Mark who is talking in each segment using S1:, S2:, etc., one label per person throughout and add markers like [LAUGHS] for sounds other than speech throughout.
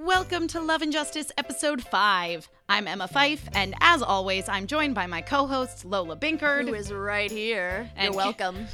S1: Welcome to Love and Justice, Episode 5. I'm Emma Fife, and as always, I'm joined by my co hosts Lola Binkard
S2: Who is right here.
S1: And-
S2: You're welcome.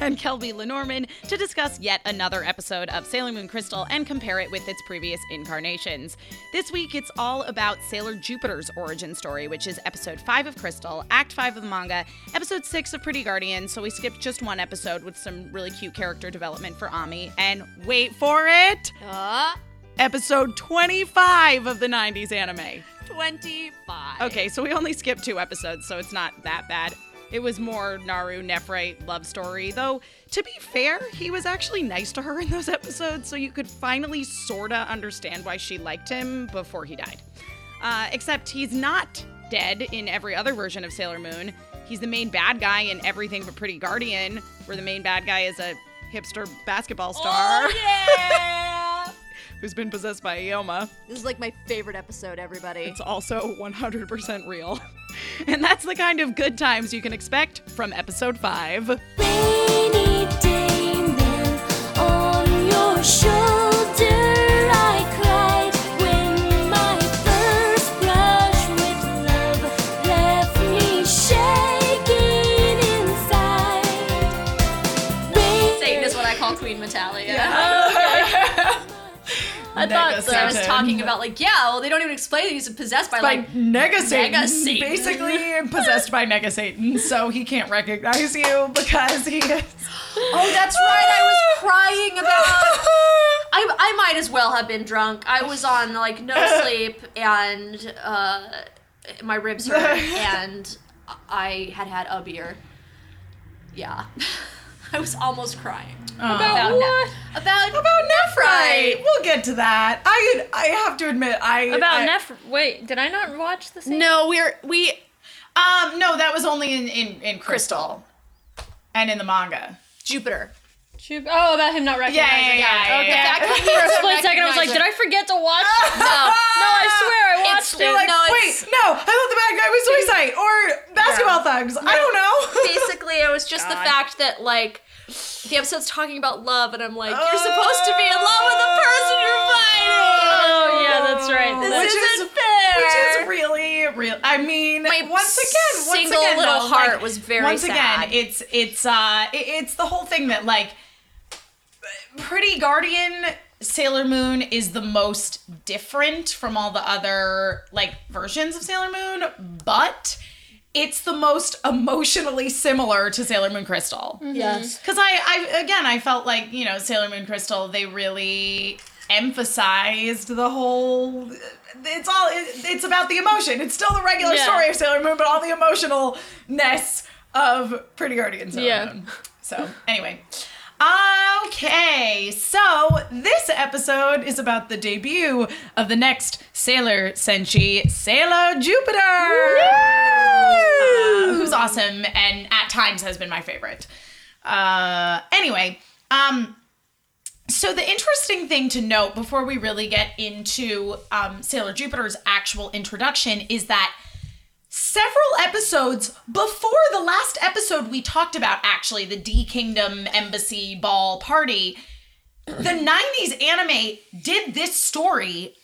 S1: and Kelby Lenormand to discuss yet another episode of Sailor Moon Crystal and compare it with its previous incarnations. This week, it's all about Sailor Jupiter's origin story, which is Episode 5 of Crystal, Act 5 of the manga, Episode 6 of Pretty Guardian, so we skipped just one episode with some really cute character development for Ami, and wait for it!
S2: Uh,
S1: episode 25 of the 90s anime.
S2: 25.
S1: Okay, so we only skipped two episodes, so it's not that bad. It was more Naru Nefre love story, though to be fair, he was actually nice to her in those episodes, so you could finally sorta understand why she liked him before he died. Uh, except he's not dead in every other version of Sailor Moon. He's the main bad guy in everything but Pretty Guardian, where the main bad guy is a hipster basketball star
S2: Oh, yeah!
S1: [LAUGHS] who's been possessed by Ioma.
S2: [LAUGHS] this is like my favorite episode, everybody.
S1: It's also 100% real. [LAUGHS] And that's the kind of good times you can expect from episode 5.
S3: Rainy day man on your shoulder I cried when my first brush with love left me shaking inside.
S4: Satan is what I call Queen Metalia. I
S1: Mega
S4: thought that I was
S1: Satan.
S4: talking about like, yeah, well, they don't even explain that he's possessed by, [GASPS] like,
S1: Nega
S4: Satan, Satan.
S1: basically possessed by Nega Satan, so he can't recognize you because he is.
S5: [LAUGHS]
S4: oh, that's right, I was crying [LAUGHS] about. I, I might as well have been drunk. I was on like
S5: [LAUGHS]
S4: no sleep and uh, my ribs hurt
S5: [LAUGHS]
S4: and I had had a beer. Yeah, [LAUGHS] I was almost crying about ne- about
S5: Um, About Nephrite.
S4: Nephrite.
S5: We'll get to that. I I have to admit I
S6: About
S5: I,
S6: Neph. Wait, did I not watch the same?
S5: No, we're we um no, that was only in in in Crystal. And in the manga.
S2: Jupiter.
S6: Shoot- Oh, about him not
S3: [LAUGHS]
S6: recognizing.
S5: Yeah, yeah, yeah,
S6: it.
S5: yeah,
S6: okay.
S5: yeah. [LAUGHS]
S6: For a split second, I was like, did I forget to watch?
S3: [LAUGHS]
S6: no, no, I swear I watched it.
S5: You're like,
S4: no, it's-
S5: wait, no, I thought the bad guy was Suicide or Basketball Thugs. I don't know.
S4: basically it was just the fact that like the episode's talking about love and i'm like you're supposed to be in love with the person you're fighting
S6: oh yeah, that's right.
S5: [LAUGHS]
S6: That's-
S5: which is, fair. Which is really, real. I mean, once again, once
S4: single
S5: again,
S4: little
S5: though,
S4: heart
S5: like,
S4: was very
S5: Once
S4: sad.
S5: again, it's it's uh, it- it's the whole thing that like, Pretty Guardian Sailor Moon is the most different from all the other like versions of Sailor Moon, but. It's the most emotionally similar to Sailor Moon Crystal.
S4: yes
S5: Because I, I, again, I felt like, you know, Sailor Moon Crystal, they really emphasized the whole. It's all, it, it's about the emotion. It's still the regular
S6: Yeah.
S5: story of Sailor Moon, but all the emotionalness of Pretty Guardian Sailor
S6: Yeah.
S5: Moon. um, So, anyway. Okay, so this episode is about the debut of the next Sailor Senshi, Sailor Jupiter, uh, who's awesome and at times has been my favorite. Uh, anyway, um, so the interesting thing to note before we really get into um, Sailor Jupiter's actual introduction is that several episodes before the last episode we talked about actually the D Kingdom embassy ball party, the 90s anime did this story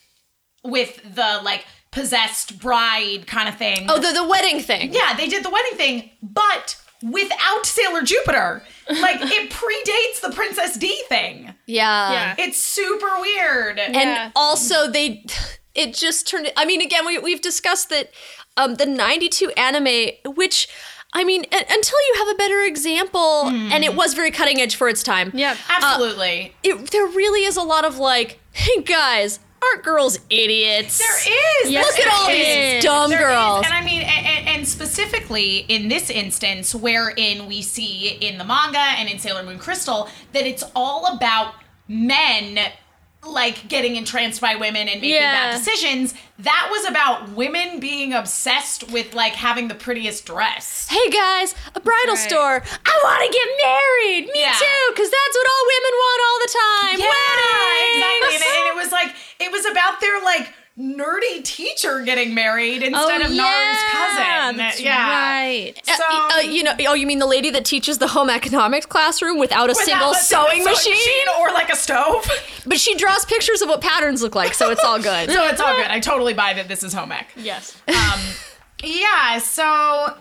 S5: with the like possessed bride kind of thing.
S2: Oh, the, the wedding thing.
S5: Yeah, they did the wedding thing, but without Sailor Jupiter.
S6: [LAUGHS]
S5: Like it predates the Princess D thing.
S2: Yeah.
S6: Yeah.
S5: It's super weird.
S2: And
S6: Yeah.
S2: also, they. [SIGHS] It just turned. I mean, again, we, we've discussed that um, the 92 anime, which. I mean, a- until you have a better example,
S5: Hmm.
S2: and it was very cutting edge for its time.
S6: yeah.
S5: Absolutely.
S2: it, there really is a lot of like, hey guys, aren't girls idiots?
S5: there is.
S6: Yes,
S5: Look at all
S6: there
S5: these
S6: is.
S2: dumb
S5: There is,
S2: girls.
S5: And I mean, and, and specifically in this instance, wherein we see in the manga and in Sailor Moon Crystal that it's all about men like getting entranced by women and making
S6: Yeah.
S5: bad decisions. That was about women being obsessed with like having the prettiest dress.
S2: hey guys, a bridal
S6: Right.
S2: store. I want to get married. Me
S5: Yeah.
S2: too, because that's what all women want all the time.
S5: Yeah, exactly. And, it- and it was like it was about their like nerdy teacher getting married instead
S2: Oh,
S5: of Naru's cousin.
S6: That's
S5: yeah.
S6: right.
S5: So
S2: uh, uh, you know, oh, you mean the lady that teaches the home economics classroom without a single
S5: without a [LAUGHS]
S2: sewing machine?
S5: or like a stove.
S2: But she draws pictures of what patterns look like, so it's all
S5: [LAUGHS]
S2: good.
S5: So it's all good. I totally buy that this is home ec.
S6: Yes.
S5: Um, yeah, so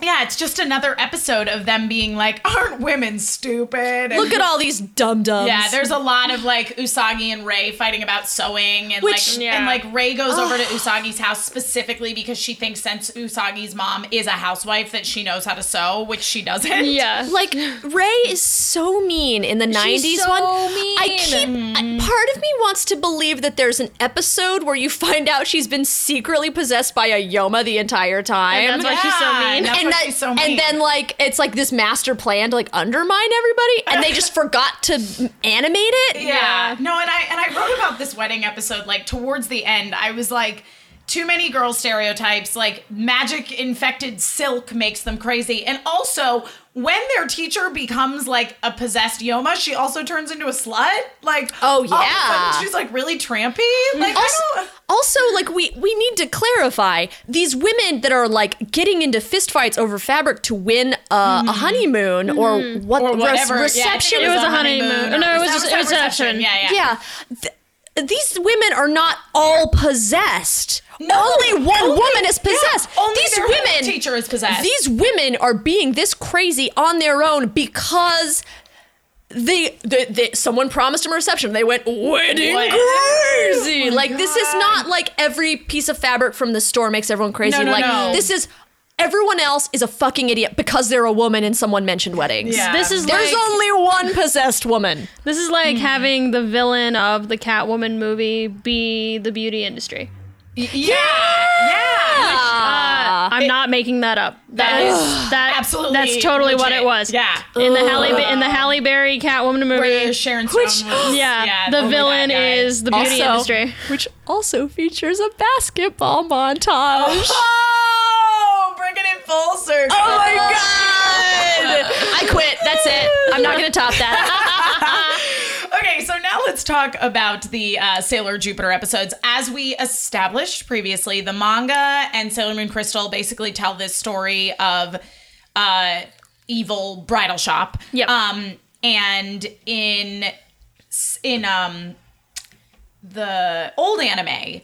S5: yeah, it's just another episode of them being like, "Aren't women stupid?" And-
S2: Look at all these dum dums.
S5: yeah, there's a lot of like Usagi and Ray fighting about sewing, and
S2: Which-
S5: like
S6: Yeah.
S5: and like Ray goes over to Usagi's house specifically because she thinks since Usagi's mom is a housewife that she knows how to sew, which she doesn't.
S6: Yeah.
S2: Like Ray is so mean in the '90s
S6: so
S2: one.
S6: mean.
S2: I keep
S5: Mm-hmm.
S2: I- part of me wants to believe that there's an episode where you find out she's been secretly possessed by a Yoma the entire time.
S6: that's why she's so
S5: Yeah,
S6: mean.
S5: That's why
S2: that-
S5: she's so mean.
S2: and then like it's like this master plan to like undermine everybody, and
S5: [LAUGHS]
S2: they just forgot to m- animate it.
S5: Yeah.
S6: Yeah.
S5: No, and I and I wrote about this wedding episode like towards the end. I was like too many girl stereotypes, like magic infected silk makes them crazy. And also, when their teacher becomes like a possessed Yoma, she also turns into a slut. Like,
S2: Oh,
S5: all of a sudden
S2: yeah. Mm-hmm.
S5: she's like really trampy. Like,
S2: Also,
S5: I don't.
S2: also, like we we need to clarify these women that are like getting into fistfights over fabric to win uh, a honeymoon or what
S5: Mm-hmm. Or whatever. Yeah, I
S2: re-
S5: think
S2: reception.
S6: It was a honeymoon.
S5: or-
S6: No, it was
S5: that
S6: just-
S5: a
S6: it was reception.
S5: Yeah, yeah.
S2: yeah. Th- these women are not all possessed. only one woman is possessed.
S5: Yeah, only
S2: these
S5: their
S2: women
S5: teacher is possessed.
S2: These women are being this crazy on their own because they, they, they someone promised them a reception. They went wedding
S5: Wed-
S2: crazy. like this is not like every piece of fabric from the store makes everyone crazy.
S5: no,
S2: like
S5: no.
S2: this is everyone else is a fucking idiot because they're a woman and someone mentioned weddings.
S5: Yeah.
S6: This is
S2: There's
S6: like,
S2: only one possessed woman.
S6: this is like
S5: Mm-hmm.
S6: having the villain of the Catwoman movie be the beauty industry.
S5: Y- yeah, yeah.
S6: Uh, I'm not making
S5: [SIGHS]
S6: that up. That is that
S5: Absolutely.
S6: That's totally what
S5: legit.
S6: it was.
S5: Yeah.
S6: In the Halle in the Halle Berry Catwoman
S5: Where
S6: movie.
S5: Sharon Stone
S2: Which-
S5: [GASPS] was-
S6: yeah,
S5: oh
S6: the
S5: my God,
S6: villain
S5: guys.
S6: is the beauty
S2: Also-
S6: industry.
S2: which also features a basketball montage.
S5: Oh, bring it in full circle.
S2: Oh my god! [LAUGHS] I quit. That's it. I'm not gonna top that.
S5: Okay, so now let's talk about the uh, Sailor Jupiter episodes. As we established previously, the manga and Sailor Moon Crystal basically tell this story of uh, evil bridal shop.
S6: Yep.
S5: Um, and in in um the old anime.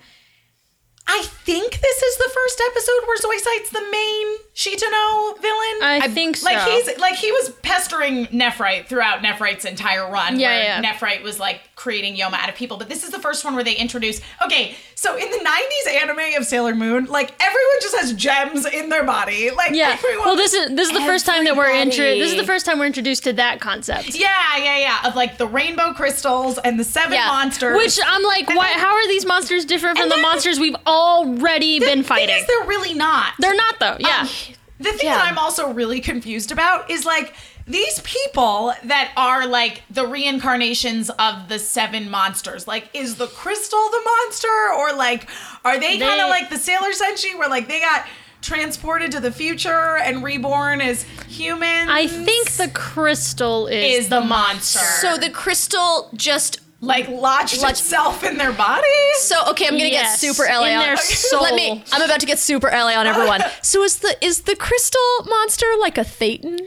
S5: I think this is the first episode where Zoiside's the main Shitano villain.
S6: I think
S5: Like
S6: so.
S5: he's like he was pestering Nephrite throughout Nephrite's entire run.
S6: Yeah,
S5: where
S6: yeah.
S5: Nephrite was like creating Yoma out of people, but this is the first one where they introduce. Okay, so in the '90s anime of Sailor Moon, like everyone just has gems in their body. Like
S6: Yeah.
S5: everyone.
S6: Well, this is this is the first time that we're intro-
S5: Everybody.
S6: This is the first time we're introduced to that concept.
S5: Yeah, yeah, yeah. Of like the rainbow crystals and the seven monsters.
S6: Which I'm like, why? How are these monsters different from
S5: And
S6: the
S5: then-
S6: monsters we've already
S5: the
S6: been
S5: thing
S6: fighting?
S5: is, they're Oh. really not.
S6: They're not though. Yeah.
S5: Um, The thing that I'm also really confused about is like these people that are like the reincarnations of the seven monsters. Like, is the crystal the monster, or like are they, kind of
S6: They-
S5: like the Sailor Senshi, where like they got transported to the future and reborn as humans?
S6: I think the crystal is,
S5: is the monster
S2: so the crystal just.
S5: like lodged
S2: Lodged-
S5: itself in their body? [LAUGHS]
S2: So okay, I'm gonna
S6: Yes,
S2: get super LA
S6: in
S2: on [LAUGHS]
S6: their
S2: Let
S6: soul.
S2: me. I'm about to get super LA on everyone. So is the is the crystal monster like a thetan?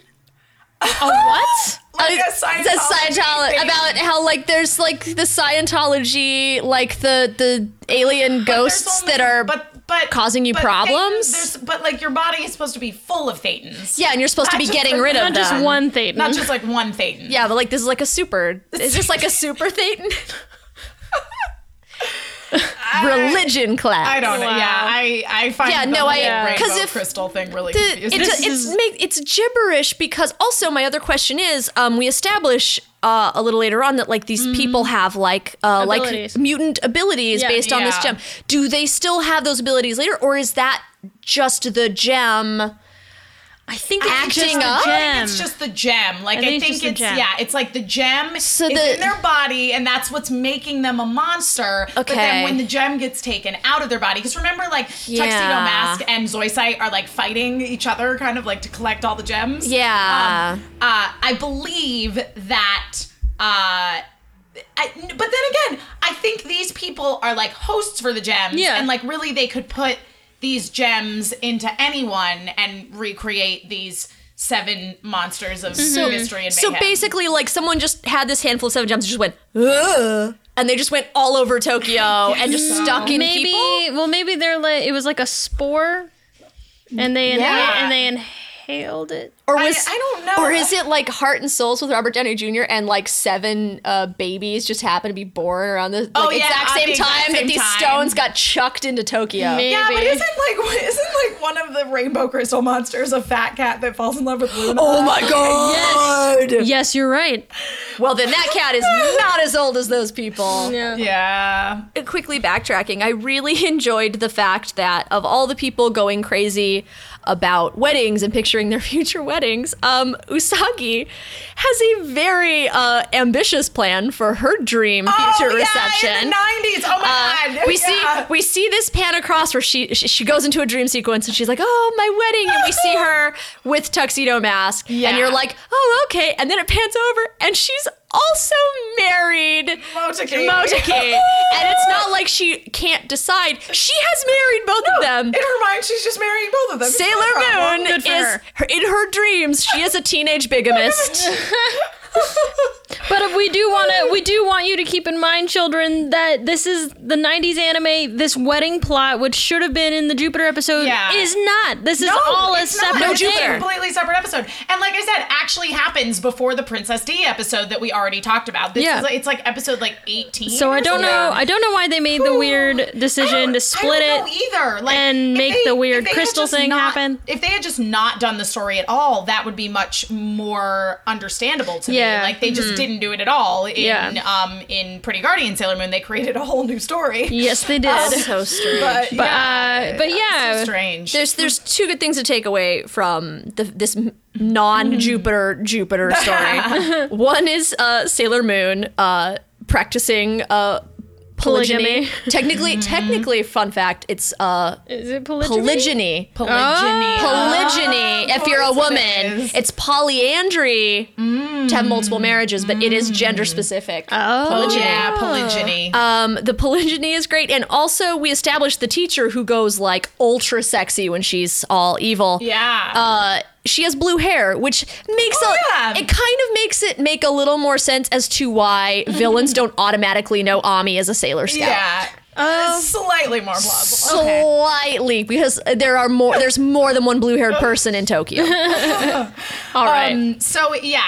S6: a
S2: [GASPS]
S6: what?
S5: Like a
S2: Uh, the
S5: Scientology
S2: Scientolo-
S5: thing.
S2: about how like there's like the Scientology, like the the alien
S5: There's
S2: ghosts
S5: only-
S2: that are.
S5: but but
S2: causing you
S5: but
S2: problems?
S5: thetans, there's- but like your body is supposed to be full of thetans.
S2: yeah, and you're supposed to
S5: not
S2: be
S5: just
S2: getting
S5: like-
S2: rid of
S6: Not just
S2: them.
S6: one Thetan.
S5: Not just like one thetan.
S2: Yeah, but like this is like a super. Is this like a super
S5: [LAUGHS]
S2: thetan? Religion class.
S5: I don't know. Yeah, I I find
S2: Yeah,
S5: the
S2: no, I-
S5: whole rainbow
S2: 'cause if
S5: crystal thing really
S2: The-
S5: confusing.
S2: it's it's make, it's gibberish because also my other question is um, we establish uh, a little later on that like these people have like uh, like
S6: Mm-hmm. Abilities.
S2: mutant abilities
S6: Yeah.
S2: based on this
S5: Yeah.
S2: gem. Do they still have those abilities later, or is that just the gem?
S6: I think
S2: Acting up?
S6: Gem.
S5: It's just the gem. Like I think,
S6: think it's just the
S5: it's,
S6: gem.
S5: yeah, it's like the gem
S2: So
S5: is
S2: the-
S5: in their body, and that's what's making them a monster. But
S2: Okay.
S5: then when the gem gets taken out of their body, because remember, like Tuxedo
S2: Yeah.
S5: Mask and Zoisite are like fighting each other, kind of like to collect all the gems.
S2: Yeah.
S5: Um, uh, I believe that. Uh, I, but then again, I think these people people are like hosts for the gems,
S6: Yeah.
S5: and like really they could put these gems into anyone and recreate these seven monsters of mystery and
S2: So
S5: mayhem.
S2: basically, like someone just had this handful of seven gems, and just went, Ugh, and they just went all over Tokyo
S6: [LAUGHS]
S2: and just stuck in
S6: [LAUGHS] maybe
S2: people.
S6: well maybe they're like it was like a spore and they inha-
S5: Yeah. Oh,
S6: and they inhaled it
S2: Or was
S5: I don't know.
S2: Or is it like Heart and Souls with Robert Downey Jr. and like seven uh, babies just happen to be born around the like,
S5: Oh, yeah,
S2: exact
S5: at
S2: same
S5: the exact
S2: time that
S5: same
S2: these
S5: time.
S2: stones got chucked into Tokyo?
S6: maybe
S5: Yeah, but isn't like [LAUGHS] isn't like one of the rainbow crystal monsters a fat cat that falls in love with Luna?
S2: Oh
S5: [LAUGHS]
S2: my god!
S6: yes you're right
S2: Well, then that
S5: [LAUGHS]
S2: cat is not as old as those people.
S5: Yeah.
S2: Uh, quickly backtracking, I really [LAUGHS] enjoyed the fact that of all the people going crazy about weddings and picturing their [LAUGHS] future weddings, um, Usagi has a very uh, ambitious plan for her dream future
S5: oh,
S2: reception.
S5: Yeah, in the 90s. Oh my
S2: Uh,
S5: god.
S2: we
S5: Yeah.
S2: see we see this pan across where she, she she goes into a dream sequence and she's like, "Oh, my wedding," and we
S5: [LAUGHS]
S2: see her with tuxedo mask, and you're
S5: Yeah.
S2: like, "Oh, okay," and then it pans over and she's also married.
S5: Motaki.
S2: Motaki.
S5: [LAUGHS]
S2: and it's not like she can't decide. She has married both of them.
S5: In her mind, she's just marrying both of them. It's no
S2: Sailor
S5: problem.
S2: Moon
S6: for
S2: is
S6: her.
S2: her, in her dreams. She is a
S5: [LAUGHS]
S2: teenage bigamist.
S6: but if we do want to we do want you to keep in mind children that this is the 90s anime this wedding plot which should have been in the jupiter episode
S5: Yeah.
S6: is not this is
S5: No,
S6: all a
S5: it's not.
S6: separate
S5: It's a
S6: thing.
S5: completely separate episode. And like I said, actually happens before the Princess D episode that we already talked about. This
S6: Yeah.
S5: is like, it's like episode like 18.
S6: so i don't know i don't know why they made the weird
S5: I
S6: decision
S5: don't-
S6: to split
S5: I
S6: it
S5: don't know either. Like,
S6: and
S5: if
S6: make
S5: they-
S6: the weird
S5: if they had
S6: crystal
S5: just
S6: thing
S5: not-
S6: happen.
S5: If they had just not done the story at all, that would be much more understandable to
S6: Yeah.
S5: me.
S6: Mm-hmm.
S5: Like they just didn't do it at all in
S6: Yeah.
S5: um in Pretty Guardian Sailor Moon. They created a whole new story.
S6: yes they did
S5: Oh,
S2: so strange.
S5: But,
S6: but
S5: yeah,
S6: uh but [LAUGHS] yeah
S5: so strange.
S2: There's there's two good things to take away from the, this non Jupiter Jupiter [LAUGHS] story. One is uh, Sailor Moon uh, practicing uh, polygyny.
S6: Polygyny.
S2: Technically, technically, fun fact, it's uh,
S6: is it polygyny,
S2: polygyny.
S5: Polygyny.
S2: Ah,
S6: Oh.
S2: Polygyny. Mm. if you're a
S5: course it
S2: woman,
S5: is.
S2: it's polyandry to have multiple marriages, but it is gender specific.
S6: Oh.
S2: polygyny.
S5: yeah, polygyny.
S2: Um, the polygyny is great, and also we established the teacher who goes like ultra sexy when she's all evil.
S5: yeah.
S2: Uh, she has blue hair, which makes
S5: Oh,
S2: a,
S5: yeah.
S2: it kind of makes it make a little more sense as
S5: [LAUGHS]
S2: to why villains don't automatically know Ami is a Sailor Scout.
S5: yeah. Uh, slightly more plausible.
S2: Slightly, because there are more. There's more than one blue-haired person
S5: [LAUGHS]
S2: in Tokyo. [LAUGHS]
S6: all right
S5: Um, so yeah,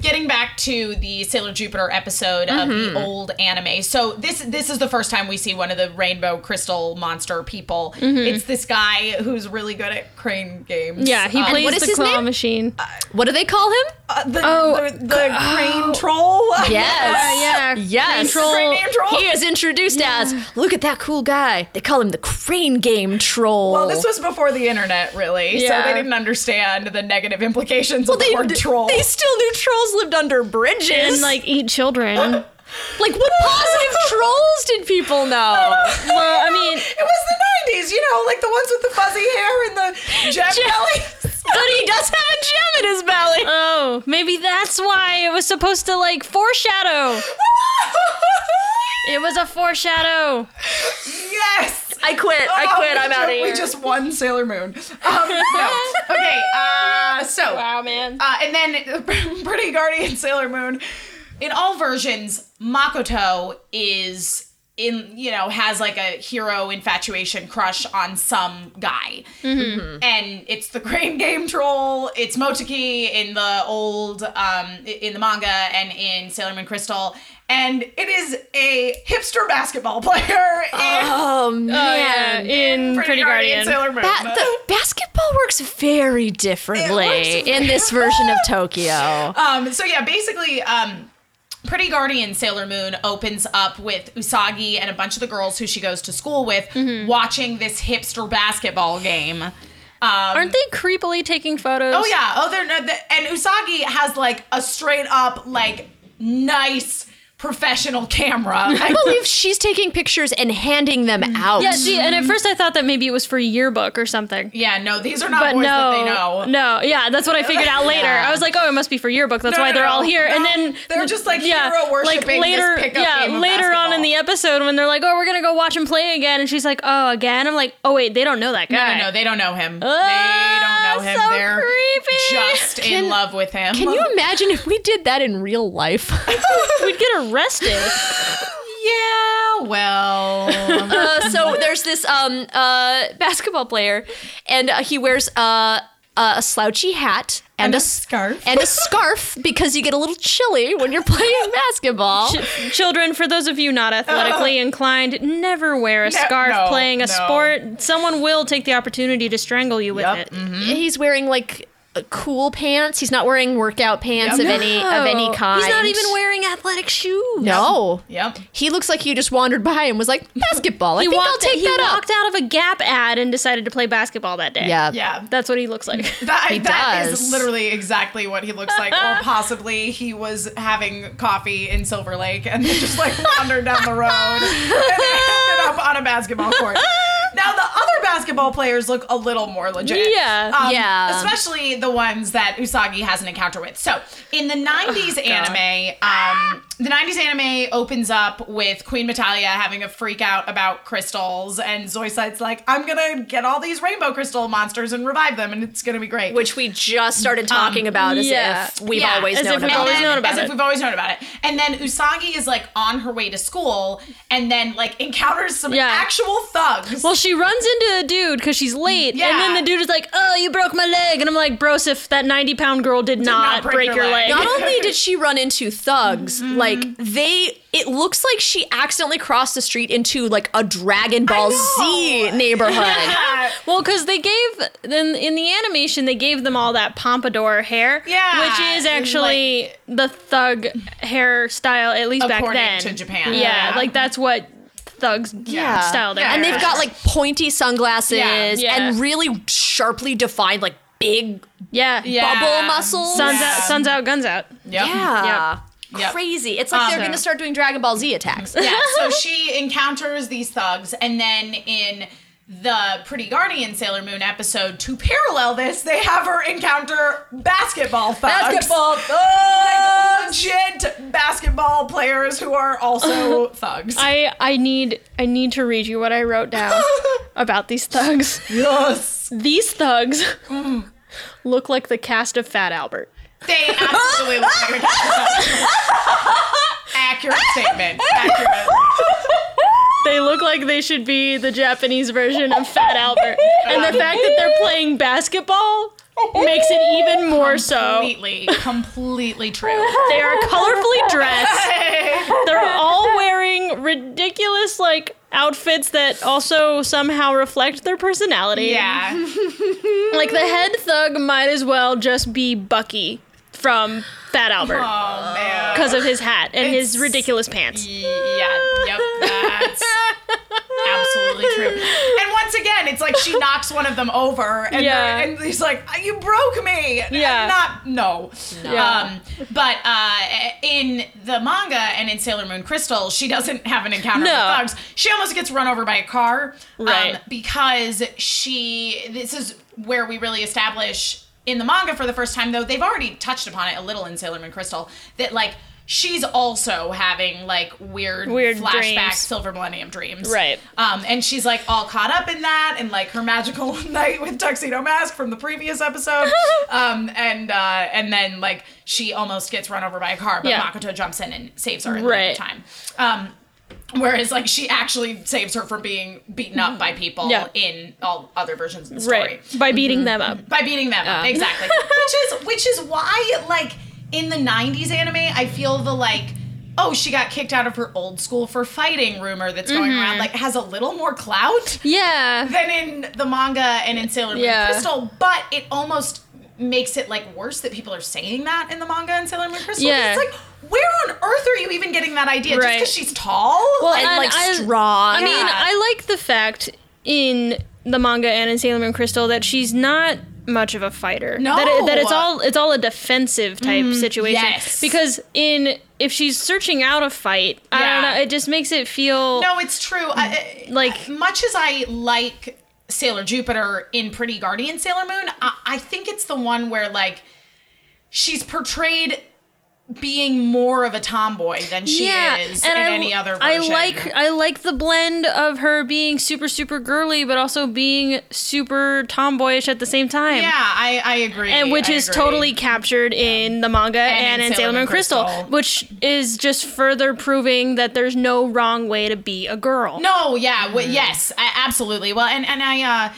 S5: getting back to the Sailor Jupiter episode of the old anime. So this this is the first time we see one of the rainbow crystal monster people. It's this guy who's really good at crane games.
S6: yeah he
S5: Um,
S6: plays
S2: what is
S6: the
S2: his
S6: claw
S2: name? Uh,
S6: machine
S2: What do they call
S5: [LAUGHS]
S2: him?
S5: uh, the,
S6: Oh.
S5: the, the crane troll. [LAUGHS]
S2: Yes.
S6: yeah
S2: Yes.
S5: Crane game troll.
S2: He is introduced as look at that cool guy. They call him the Crane Game Troll.
S5: Well, this was before the internet, really, so
S6: Yeah.
S5: they didn't understand the negative implications of
S2: they,
S5: the word troll. [LAUGHS]
S2: they still knew trolls lived under bridges.
S6: and like eat
S2: Uh,
S6: children
S2: like [LAUGHS] what positive trolls did people know?
S6: well i
S2: [LAUGHS]
S6: mean
S5: it was the '90s, you know, like the ones with the fuzzy hair and the jet
S2: [LAUGHS]
S5: belly.
S2: but he does have a gem in his
S5: [LAUGHS]
S2: belly.
S6: Oh, maybe that's why it was supposed to like foreshadow. It was a foreshadow.
S5: yes.
S2: I quit. I
S5: Oh,
S2: quit.
S5: we
S2: I'm
S5: ju-
S2: out of here.
S5: We just won Sailor Moon. Um, no. Okay. Uh, so,
S6: man.
S5: uh, and then [LAUGHS] Pretty Guardian Sailor Moon. In all versions, Makoto is in you know has like a hero infatuation crush on some guy and it's the crane game troll it's motaki in the old um in the manga and in sailor moon crystal and it is a hipster basketball [LAUGHS] player in
S2: oh man.
S6: Uh, in Pretty, Guardian.
S5: Sailor Moon.
S2: Ba- the basketball works very differently
S5: It works
S2: in [LAUGHS] this version of Tokyo.
S5: um, so yeah, basically, um, Pretty Guardian Sailor Moon opens up with Usagi and a bunch of the girls who she goes to school with
S6: Mm-hmm.
S5: watching this hipster basketball game. Um,
S6: Aren't they creepily taking photos?
S5: Oh yeah. Oh, they're no, the- and Usagi has like a straight up like nice professional
S6: [LAUGHS]
S5: camera. I
S2: I believe she's taking pictures and handing them out.
S6: Yeah, see, and at first I thought that maybe it was for yearbook or something.
S5: Yeah, no, these are not
S6: But
S5: boys that
S6: no,
S5: they know.
S6: no, yeah, that's what I figured out later. I was like, oh, it must be for yearbook. That's
S5: No,
S6: why
S5: no,
S6: they're
S5: no,
S6: all here.
S5: no.
S6: and then
S5: They're just, like,
S6: yeah,
S5: hero
S6: like
S5: worshipping this
S6: later,
S5: pickup
S6: yeah,
S5: game of
S6: later on in
S5: basketball.
S6: the episode when they're like, oh, we're gonna go watch him play again, and she's like, oh, again. I'm like, oh wait, they don't know that
S5: No,
S6: guy.
S5: no, no, they don't know him.
S6: Ah,
S5: they don't know him.
S6: so
S5: They're
S6: creepy.
S5: just in
S2: Can-
S5: love with him. [LAUGHS]
S2: Can you imagine if we did that in real life?
S6: [LAUGHS] We'd get arrested.
S5: Yeah,
S6: [LAUGHS]
S5: well.
S2: [LAUGHS] uh, so there's this um, uh, basketball player, and uh, he wears uh, a slouchy hat and,
S5: And a
S2: s-
S5: scarf.
S2: and a scarf because you get a little chilly when you're playing [LAUGHS] basketball.
S6: Ch- Children, for those of you
S5: [LAUGHS]
S6: not athletically inclined, never wear a
S5: No,
S6: scarf
S5: no,
S6: playing a
S5: no.
S6: sport. Someone will take the opportunity to strangle you with
S5: Yep,
S6: it.
S2: He's wearing like uh, cool pants. He's not wearing workout pants of any of any kind.
S6: Oh, He's not even wearing athletic shoes.
S2: No.
S5: yep.
S2: He looks like he just wandered by and was like, basketball. I
S6: He
S2: think
S6: walked,
S2: I'll take
S6: he
S2: that up.
S6: walked out of a Gap ad and decided to play basketball that day.
S2: Yeah.
S5: Yeah.
S6: That's what he looks like. [LAUGHS]
S5: That, that is
S2: does.
S5: literally exactly what he looks like.
S6: [LAUGHS]
S5: or possibly he was having coffee in Silver Lake and then just like wandered down the road and ended up on a basketball court. Now the other basketball players look a little more legit. Um,
S6: Yeah,
S2: yeah.
S5: Especially the ones that Usagi has an encounter with. So in the '90s
S6: Oh,
S5: anime, um, the '90s anime opens up with Queen Metalia having a freak out about crystals, and Zoiside's like, "I'm gonna get all these rainbow crystal monsters and revive them, and it's gonna be great."
S2: Which we just started talking about as
S6: yeah.
S2: if we've
S5: Yeah,
S2: always
S6: as
S2: known
S6: if we've
S2: about
S6: always
S2: it.
S5: then-
S6: known about
S5: as
S6: it.
S5: if we've always known about it. And then Usagi is like on her way to school and then like encounters some
S6: Yeah.
S5: actual thugs. [LAUGHS]
S6: Well, she runs into a dude because she's late,
S5: Yeah.
S6: and then the dude is like, "Oh, you broke my leg," and I'm like, "Brosif, that 90 pound girl did, not, break, your
S2: [LAUGHS]
S6: leg."
S2: Not only did she run into thugs, like they it looks like she accidentally crossed the street into like a Dragon Ball Z neighborhood. [LAUGHS]
S5: Yeah.
S6: Well, because they gave in in the animation they gave them all that pompadour hair,
S5: Yeah,
S6: which is
S5: and,
S6: actually the thug hairstyle at least back
S5: According
S6: then
S5: to Japan.
S6: Yeah,
S5: Yeah.
S6: like that's what thugs
S5: Yeah.
S6: style their
S5: Yeah.
S6: hair
S2: And they've
S6: is.
S2: got like pointy sunglasses
S5: Yeah,
S6: yeah.
S2: and really sharply defined like big
S6: yeah
S5: Yeah.
S2: bubble muscles.
S6: Suns
S5: Yeah.
S6: out, suns out, guns out.
S5: Yep.
S2: Yeah.
S5: Yep.
S2: Crazy. It's like they're
S5: so-
S2: going to start doing Dragon Ball Z attacks. [LAUGHS]
S5: Yeah, so she encounters these thugs, and then in the Pretty Guardian Sailor Moon episode, to parallel this, they have her encounter basketball thugs.
S2: Basketball
S5: thugs! Legit basketball players who are also thugs.
S6: [LAUGHS] I I need I need to read you what I wrote down about these thugs.
S5: yes!
S6: These thugs look like the cast of Fat Albert.
S5: They absolutely look like a Accurate statement. Accurate.
S6: They look like they should be the Japanese version of Fat Albert. And the fact that they're playing basketball makes it even more so.
S5: Completely, completely true. [LAUGHS]
S6: They are colorfully dressed. They're all wearing ridiculous like outfits that also somehow reflect their personality.
S5: Yeah.
S6: Like the head thug might as well just be Bucky from Fat Albert
S5: Oh man.
S6: because of his hat and his
S5: It's-
S6: ridiculous pants.
S5: Yeah, yep, that's absolutely true. And once again, it's like
S6: [LAUGHS]
S5: she knocks one of them over, and,
S6: Yeah.
S5: they're- and he's like, "You broke me." And
S6: Yeah.
S5: not no.
S6: Yeah.
S5: Um, but uh, in the manga and in Sailor Moon Crystal, she doesn't have an encounter
S6: No.
S5: with thugs. She almost gets run over by a car, um,
S6: Right.
S5: because she. This is where we really establish in the manga for the first time, though they've already touched upon it a little in Sailor Moon Crystal that like. She's also having like weird,
S6: Weird
S5: flashback
S6: dreams.
S5: silver millennium dreams.
S6: Right.
S5: Um, and she's like all caught up in that and like her magical [LAUGHS] night with Tuxedo Mask from the previous episode.
S6: [LAUGHS]
S5: um, and uh, and then like she almost gets run over by a car, but
S6: Yeah.
S5: Makoto jumps in and saves her in
S6: Right.
S5: the nick of time. Um, whereas like she actually saves her from being beaten up by people
S6: Mm-hmm. Yeah.
S5: in all other versions of the story Mm-hmm.
S6: Right. By beating them up.
S5: by beating them up.
S6: [LAUGHS]
S5: exactly which is which is why like in the 90s anime i feel the like oh she got kicked out of her old school for fighting rumor that's going around like has a little more clout
S6: Mm-hmm. Yeah.
S5: than in the manga and in sailor moon
S6: Yeah.
S5: crystal but it almost makes it like worse that people are saying that in the manga and sailor moon crystal 'cause
S6: Yeah.
S5: it's like where on earth are you even getting that idea just
S6: Right.
S5: because she's tall
S6: Well,
S2: And,
S6: and
S2: like
S6: I-
S2: strong.
S6: I mean, I like the fact in the manga and in Sailor Moon Crystal that she's not much of a fighter.
S5: No. Mm,
S6: that, it, that it's all it's all a defensive type situation.
S5: yes.
S6: Because in if she's searching out a fight, I don't
S5: Yeah.
S6: know. It just makes it feel
S5: No, it's true. I, I-
S6: Like-
S5: much as I like Sailor Jupiter in Pretty Guardian Sailor Moon, I, I think it's the one where like she's portrayed being more of a tomboy than she is in
S6: I,
S5: any other. Version.
S6: I like I like the blend of her being super super girly, but also being super tomboyish at the same time.
S5: Yeah, I, I agree.
S6: and which
S5: I
S6: is
S5: agree.
S6: totally captured in the manga and, in Sailor Moon Crystal, which is just further proving that there's no wrong way to be a girl.
S5: No, yeah, w- yes, a- absolutely. Well, and and I uh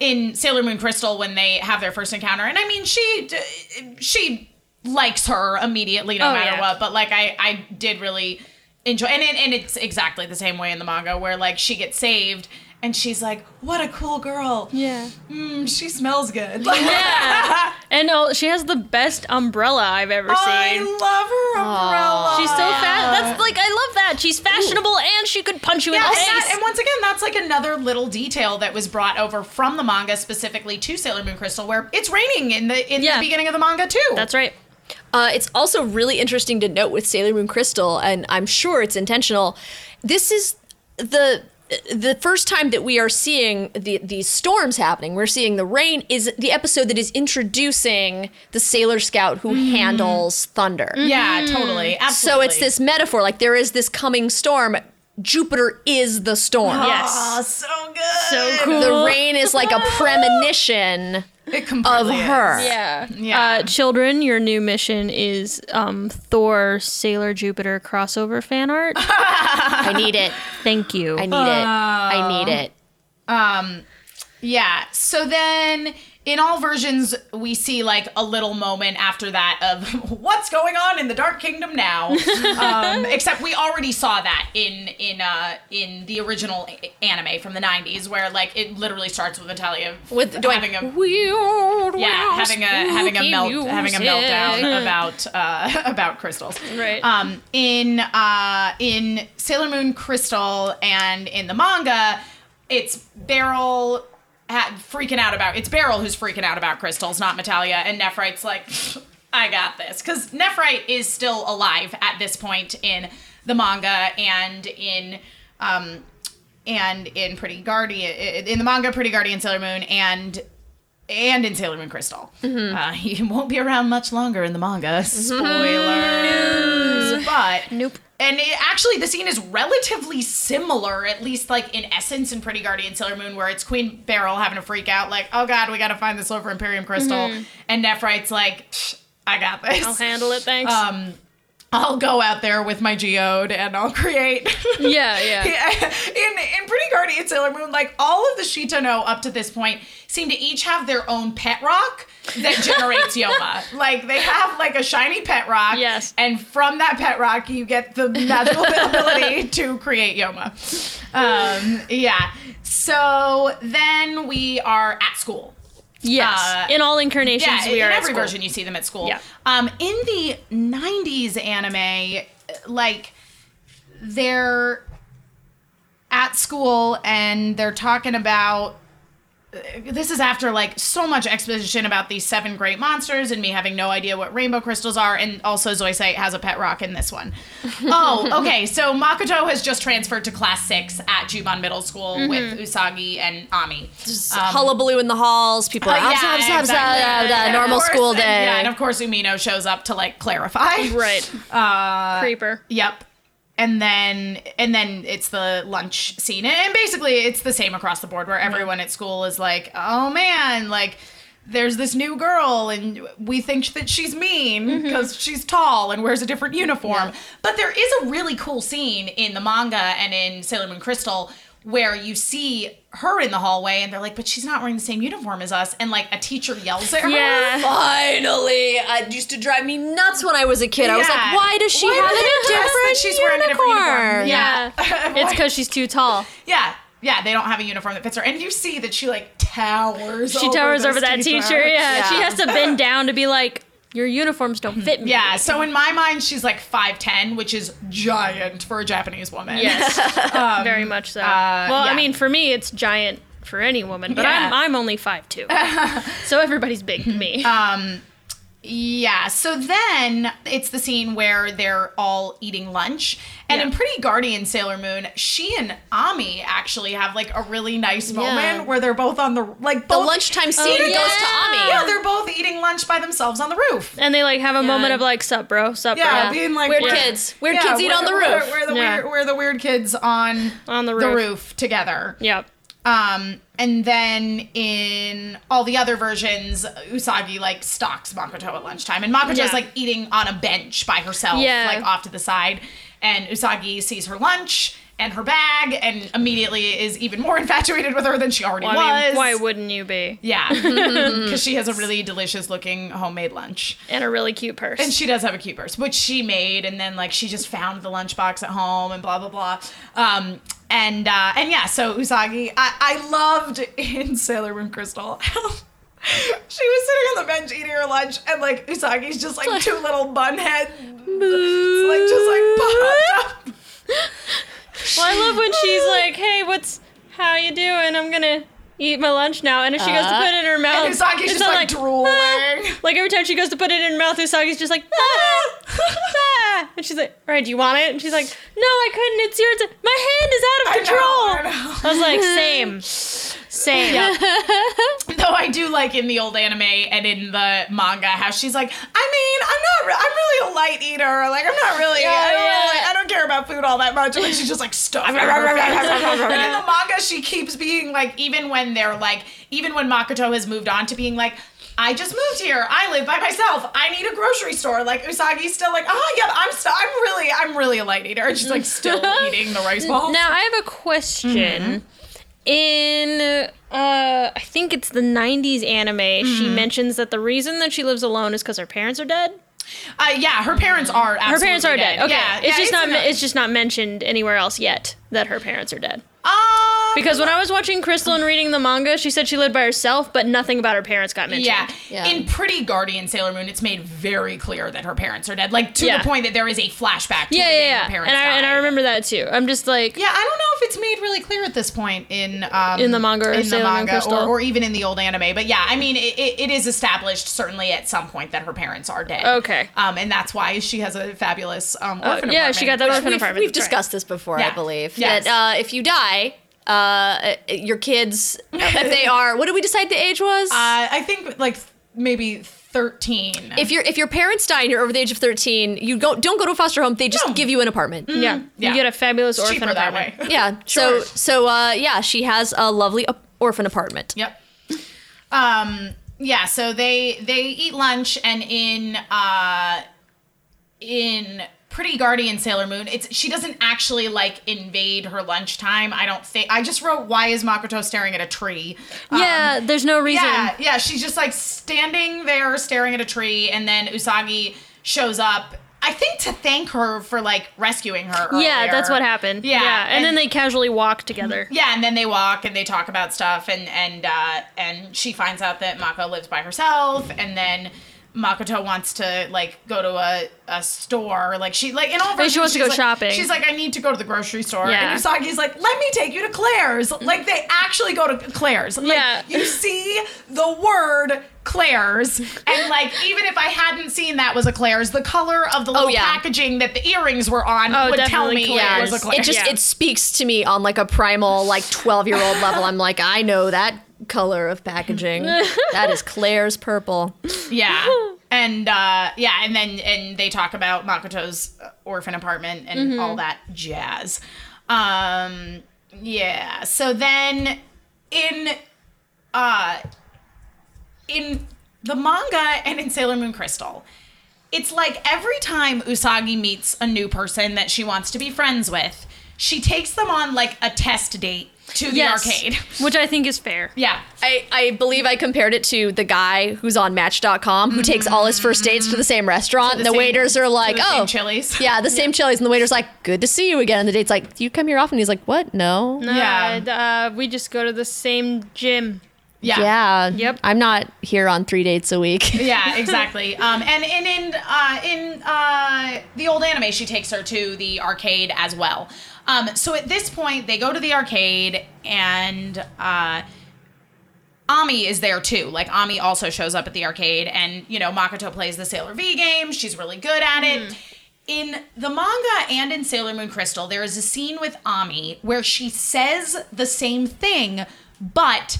S5: in Sailor Moon Crystal when they have their first encounter, and I mean she d- she likes her immediately no
S6: Oh,
S5: matter
S6: yeah.
S5: what, but like I I did really enjoy, and it, and it's exactly the same way in the manga where like she gets saved. And she's like, "What a cool girl!
S6: Yeah.
S5: Mm, she smells good. Like,
S6: Yeah. and oh, she has the best umbrella I've ever
S5: [LAUGHS] I
S6: seen.
S5: love her umbrella.
S6: She's so fast. That's like I love that. She's fashionable and she could punch you
S5: Yeah,
S6: in
S5: and,
S6: the face.
S5: that- and once again, that's like another little detail that was brought over from the manga specifically to Sailor Moon Crystal, where it's raining in the in
S6: Yeah.
S5: the beginning of the manga too.
S6: That's right.
S2: Uh, it's also really interesting to note with Sailor Moon Crystal, and I'm sure it's intentional. This is the the first time that we are seeing the these storms happening. We're seeing the rain. Is the episode that is introducing the Sailor Scout who handles thunder.
S5: yeah, totally,
S2: So
S5: absolutely.
S2: it's this metaphor. Like there is this coming storm. Jupiter is the storm.
S5: Oh,
S6: Yes.
S5: so good.
S6: So cool.
S2: The rain is like a premonition
S5: it
S2: of
S5: completely
S2: her.
S5: is.
S6: Yeah.
S5: Yeah.
S6: Uh, children, your new mission is um, Thor Sailor Jupiter crossover
S5: [LAUGHS]
S6: fan art.
S2: I need it.
S6: Thank you.
S2: I need it.
S5: Oh.
S2: I need it.
S5: Um, yeah. So then, in all versions, we see like a little moment after that of [LAUGHS] what's going on in the Dark Kingdom now. um, except we already saw that in in uh in the original a- anime from the '90s, where like it literally starts with Natalia
S2: With doing
S5: having a
S2: weird,
S5: yeah having a having a
S2: spooky
S5: melt having a
S2: music.
S6: [LAUGHS]
S5: meltdown about uh, [LAUGHS] about crystals.
S6: Right.
S5: Um, in uh, in Sailor Moon Crystal and in the manga, it's Beryl ha- freaking out about it's Beryl who's freaking out about crystals, not Metalia. And Nephrite's like, I got this because Nephrite is still alive at this point in the manga and in um, and in Pretty Guardian in the manga Pretty Guardian Sailor Moon and and in Sailor Moon Crystal.
S6: Mm-hmm.
S5: Uh, he [LAUGHS] won't be around much longer in the manga. Spoilers. But
S6: Nope.
S5: And it, actually, the scene is relatively similar, at least like in essence, in Pretty Guardian Sailor Moon, where it's Queen Beryl having a freak out, like, "Oh God, we got to find this Silver Imperium crystal,"
S6: Mm-hmm.
S5: and Nephrite's like, "Psh, "I got this.
S6: I'll handle it. Thanks.
S5: Um, I'll go out there with my geode and I'll [LAUGHS] create."
S6: yeah. Yeah.
S5: [LAUGHS] Yeah, in in Pretty Guardian Sailor Moon, like all of the Shitano up to this point seem to each have their own pet rock
S6: [LAUGHS]
S5: that generates Yoma. Like they have like a shiny pet rock.
S6: Yes.
S5: And from that pet rock, you get the
S6: [LAUGHS]
S5: magical ability to create Yoma. Um, yeah. So then we are at school.
S6: Yes.
S5: uh,
S6: in all incarnations,
S5: Yeah,
S6: we
S5: in
S6: are at
S5: every
S6: school.
S5: version you see them at school.
S6: Yeah.
S5: Um, in the '90s anime, like they're at school and they're talking about. This is after like so much exposition about these seven great monsters and me having no idea what rainbow crystals are, and also Zoisite has a pet rock in this
S6: [LAUGHS]
S5: one. oh, okay. So Makoto has just transferred to class six at Juban Middle School
S6: Mm-hmm.
S5: with Usagi and Ami.
S2: hullabaloo in the halls. People are
S5: Um, Oh,
S2: "Ah,
S5: yeah,
S2: ah, ah, ah,
S5: exactly.
S2: ah, ah,
S5: And of
S2: normal
S5: course-
S2: school
S5: and-
S2: day.
S5: yeah, and of course Umino shows up to like clarify.
S6: Right.
S5: Uh,
S6: Creeper.
S5: Yep. And then and then it's the lunch scene, and, and basically it's the same across the board where everyone at school is like, oh man, like. There's this new girl, and we think that she's mean
S6: Mm-hmm.
S5: because she's tall and wears a different uniform. But there is a really cool scene in the manga and in Sailor Moon Crystal where you see her in the hallway, and they're like, "But she's not wearing the same uniform as us," and like a teacher yells at her. [LAUGHS]
S6: Yeah.
S2: Finally, uh, it used to drive me nuts when I was a kid. I was
S5: Yeah.
S2: like, why does she
S5: Why
S2: have
S5: does
S2: a
S5: she dress
S2: different
S5: that she's wearing a different
S2: unicorn?
S5: uniform?
S6: Yeah.
S5: [LAUGHS]
S6: it's because she's too tall.
S5: Yeah, yeah, they don't have a uniform that fits her, and you see that she like towers.
S6: She towers
S5: this
S6: over that teacher. Yeah. She has to
S5: [LAUGHS]
S6: bend down to be like, your uniforms don't fit me.
S5: Yeah, so in my mind, she's like five ten, which is giant for a Japanese woman.
S6: [LAUGHS] Yes. Very much so. well,
S5: Um, uh, yeah.
S6: I mean, for me, it's giant for any woman, but
S5: Yeah.
S6: I'm I'm only five
S5: [LAUGHS]
S6: two, so everybody's big to me.
S5: Uh, Yeah. So then it's the scene where they're all eating lunch. And in Pretty Guardian Sailor Moon, she and Ami actually have like a really nice moment where they're both on the like
S2: The
S5: both,
S2: lunchtime scene
S5: Oh, yeah.
S2: goes to Ami.
S5: Yeah, they're both eating lunch by themselves on the roof.
S6: and they like have a moment of like, "Sup, bro? Sup,
S5: Yeah,
S6: bro?"
S5: being like
S2: Weird
S5: we're-
S2: kids. Weird
S5: yeah,
S2: kids eat
S5: we're-
S2: on the
S5: we're-
S2: roof.
S5: We're, the
S6: Yeah.
S5: weird, we're the weird kids on
S6: On the
S5: the
S6: roof.
S5: roof together.
S6: Yep.
S5: Um, and then in all the other versions, Usagi like stalks Makoto at lunchtime, and Makoto's
S6: Yeah.
S5: like eating on a bench by herself,
S6: Yeah.
S5: like off to the side. And Usagi sees her lunch and her bag, and immediately is even more [LAUGHS] infatuated with her than she already
S6: I
S5: was.
S6: mean, why wouldn't you be? [LAUGHS]
S5: Yeah, [LAUGHS] because she has a really delicious looking homemade lunch.
S6: And a really cute purse.
S5: And she does have a cute purse, which she made, and then like she just found the lunchbox at home, and blah blah blah. Um, and uh, and yeah, so Usagi, I, I loved in Sailor Moon Crystal. [LAUGHS] how She was sitting on the bench eating her lunch, and like Usagi's just like
S6: [LAUGHS]
S5: two little bun head, like just like popped up.
S6: well, I love when
S5: [LAUGHS]
S6: she's like, "Hey, what's how you doing? I'm gonna eat my lunch now." And if she goes to put it in her mouth,
S5: Uh, And Usagi's
S6: Um, it's
S5: just
S6: not
S5: like,
S6: "Ah, [LAUGHS]
S5: drooling.
S6: Like every time she goes to put it in her mouth, Usagi's just like, ah, [LAUGHS] ah." and she's like, "All right, do you want it?" And she's like, "No, I couldn't. It's yours. My hand is out of control."
S5: I
S6: I,
S5: know, I know.
S6: was like,
S5: [LAUGHS]
S6: "Same, same."
S5: Though I do like in the old anime and in the manga how she's like, I mean, I'm not, re- I'm really a light eater. Like, I'm not really, I, don't really I don't care about food all that much. [LAUGHS] And then she's just like, stuff. it in her face. but in the manga, she keeps being like, even when they're like, even when Makoto has moved on to being like, I just moved here. I live by myself. I need a grocery store. Like Usagi's still like, oh yeah, I'm still, I'm really, I'm really a light eater. And she's like [LAUGHS] still eating the rice balls.
S6: Now I have a question.
S5: Mm-hmm.
S6: In uh, I think it's the '90s anime.
S5: Mm-hmm.
S6: She mentions that the reason that she lives alone is because her parents are dead.
S5: Uh, yeah, her parents are.
S6: Her parents
S5: absolutely
S6: are dead. Okay,
S5: Yeah,
S6: it's
S5: yeah,
S6: just not.
S5: in the-
S6: It's just not mentioned anywhere else yet that her parents are dead.
S5: um,
S6: Because when I was watching Crystal and reading the manga, she said she lived by herself, but nothing about her parents got mentioned.
S5: Yeah.
S2: Yeah.
S5: In Pretty Guardian Sailor Moon, it's made very clear that her parents are dead. Like to
S6: Yeah.
S5: the point that there is a flashback to
S6: yeah,
S5: the day
S6: yeah,
S5: her
S6: yeah.
S5: parents
S6: And I and I
S5: died.
S6: remember that too. I'm just like,
S5: Yeah, I don't know if it's made really clear at this point in um,
S6: In the manga or
S5: in the
S6: Sailor Moon
S5: manga
S6: Crystal.
S5: or, or even in the old anime. But yeah, I mean, it, it, it is established certainly at some point that her parents are dead.
S6: Okay. Oh,
S5: um, and that's why she has a fabulous um, orphan
S6: yeah, she got
S5: apartment,
S6: that
S5: which
S6: orphan
S5: we've-
S6: apartment.
S2: We've
S6: That's right.
S2: discussed this before,
S5: Yeah.
S2: I believe.
S5: Yes.
S2: That uh, if you die, uh,
S5: [LAUGHS]
S2: your kids, if they are, what did we decide the age was?
S5: Uh, I think like maybe thirteen.
S2: if your if your parents die and you're over the age of thirteen, you go don't go to a foster home. They just
S5: No. Mm.
S2: give you an apartment.
S5: [LAUGHS]
S6: Yeah,
S5: Mm-hmm. Yeah.
S6: you get a fabulous
S5: It's
S6: orphan
S5: cheaper that
S6: apartment.
S5: way.
S2: Yeah. So so uh, yeah, she has a lovely uh, orphan apartment.
S5: Yep. Um, yeah, so they they eat lunch and in uh in Pretty Guardian Sailor Moon, it's she doesn't actually like invade her lunchtime. I don't think I just wrote why is Makoto staring at a tree? Um,
S6: Yeah, there's no reason.
S5: yeah, yeah, she's just like standing there staring at a tree and then Usagi shows up I think to thank her for like rescuing her.
S6: Yeah,
S5: earlier.
S6: that's what happened.
S5: Yeah,
S6: and, then they casually walk together.
S5: yeah, and then they walk and they talk about stuff, and and uh, and she finds out that Mako lives by herself, and then Makoto wants to like go to a, a store, like she like in all versions,
S6: she wants to go
S5: she's like-
S6: shopping.
S5: She's like, I need to go to the grocery store,
S6: Yeah.
S5: and Usagi's like, Let me take you to Claire's. Like they actually go to Claire's. Like,
S6: Yeah.
S5: you see the word. Claire's and like even if I hadn't seen that was a Claire's, the color of the little
S2: yeah.
S5: packaging that the earrings were on
S6: Oh,
S5: would tell
S6: definitely
S5: me
S6: Claire's.
S5: it was a Claire's.
S2: It just
S6: Yeah.
S2: it speaks to me on like a primal like twelve year old level. I'm like I know that color of
S5: [LAUGHS]
S2: packaging. that is Claire's purple. [LAUGHS]
S5: Yeah. And uh yeah, and then and they talk about Makoto's orphan apartment and
S2: Mm-hmm.
S5: all that jazz. Um yeah. So then in uh in the manga and in Sailor Moon Crystal, it's like every time Usagi meets a new person that she wants to be friends with, she takes them on like a test date to [LAUGHS] the
S6: Yes,
S5: arcade. [LAUGHS]
S6: which I think is fair.
S5: Yeah.
S2: I, I believe I compared it to the guy who's on Match.com who takes all his first dates to the same restaurant. and the
S5: same-
S2: waiters are like,
S5: the same
S2: oh,
S5: Chili's.
S2: yeah, the same chilies. And the waiter's like, good to see you again. And the date's like, do you come here often? He's like, what? No.
S6: No,
S5: Yeah.
S6: uh, we just go to the same gym.
S5: Yeah.
S2: Yeah.
S6: Yep.
S2: I'm not here on three dates a
S5: [LAUGHS]
S2: week. [LAUGHS]
S5: yeah, exactly. Um, and, and in uh, in uh, the old anime, she takes her to the arcade as well. Um, so at this point, they go to the arcade, and uh, Ami is there too. Like Ami also shows up at the arcade, and you know Makoto plays the Sailor V game. She's really good at it. In the manga and in Sailor Moon Crystal, there is a scene with Ami where she says the same thing, but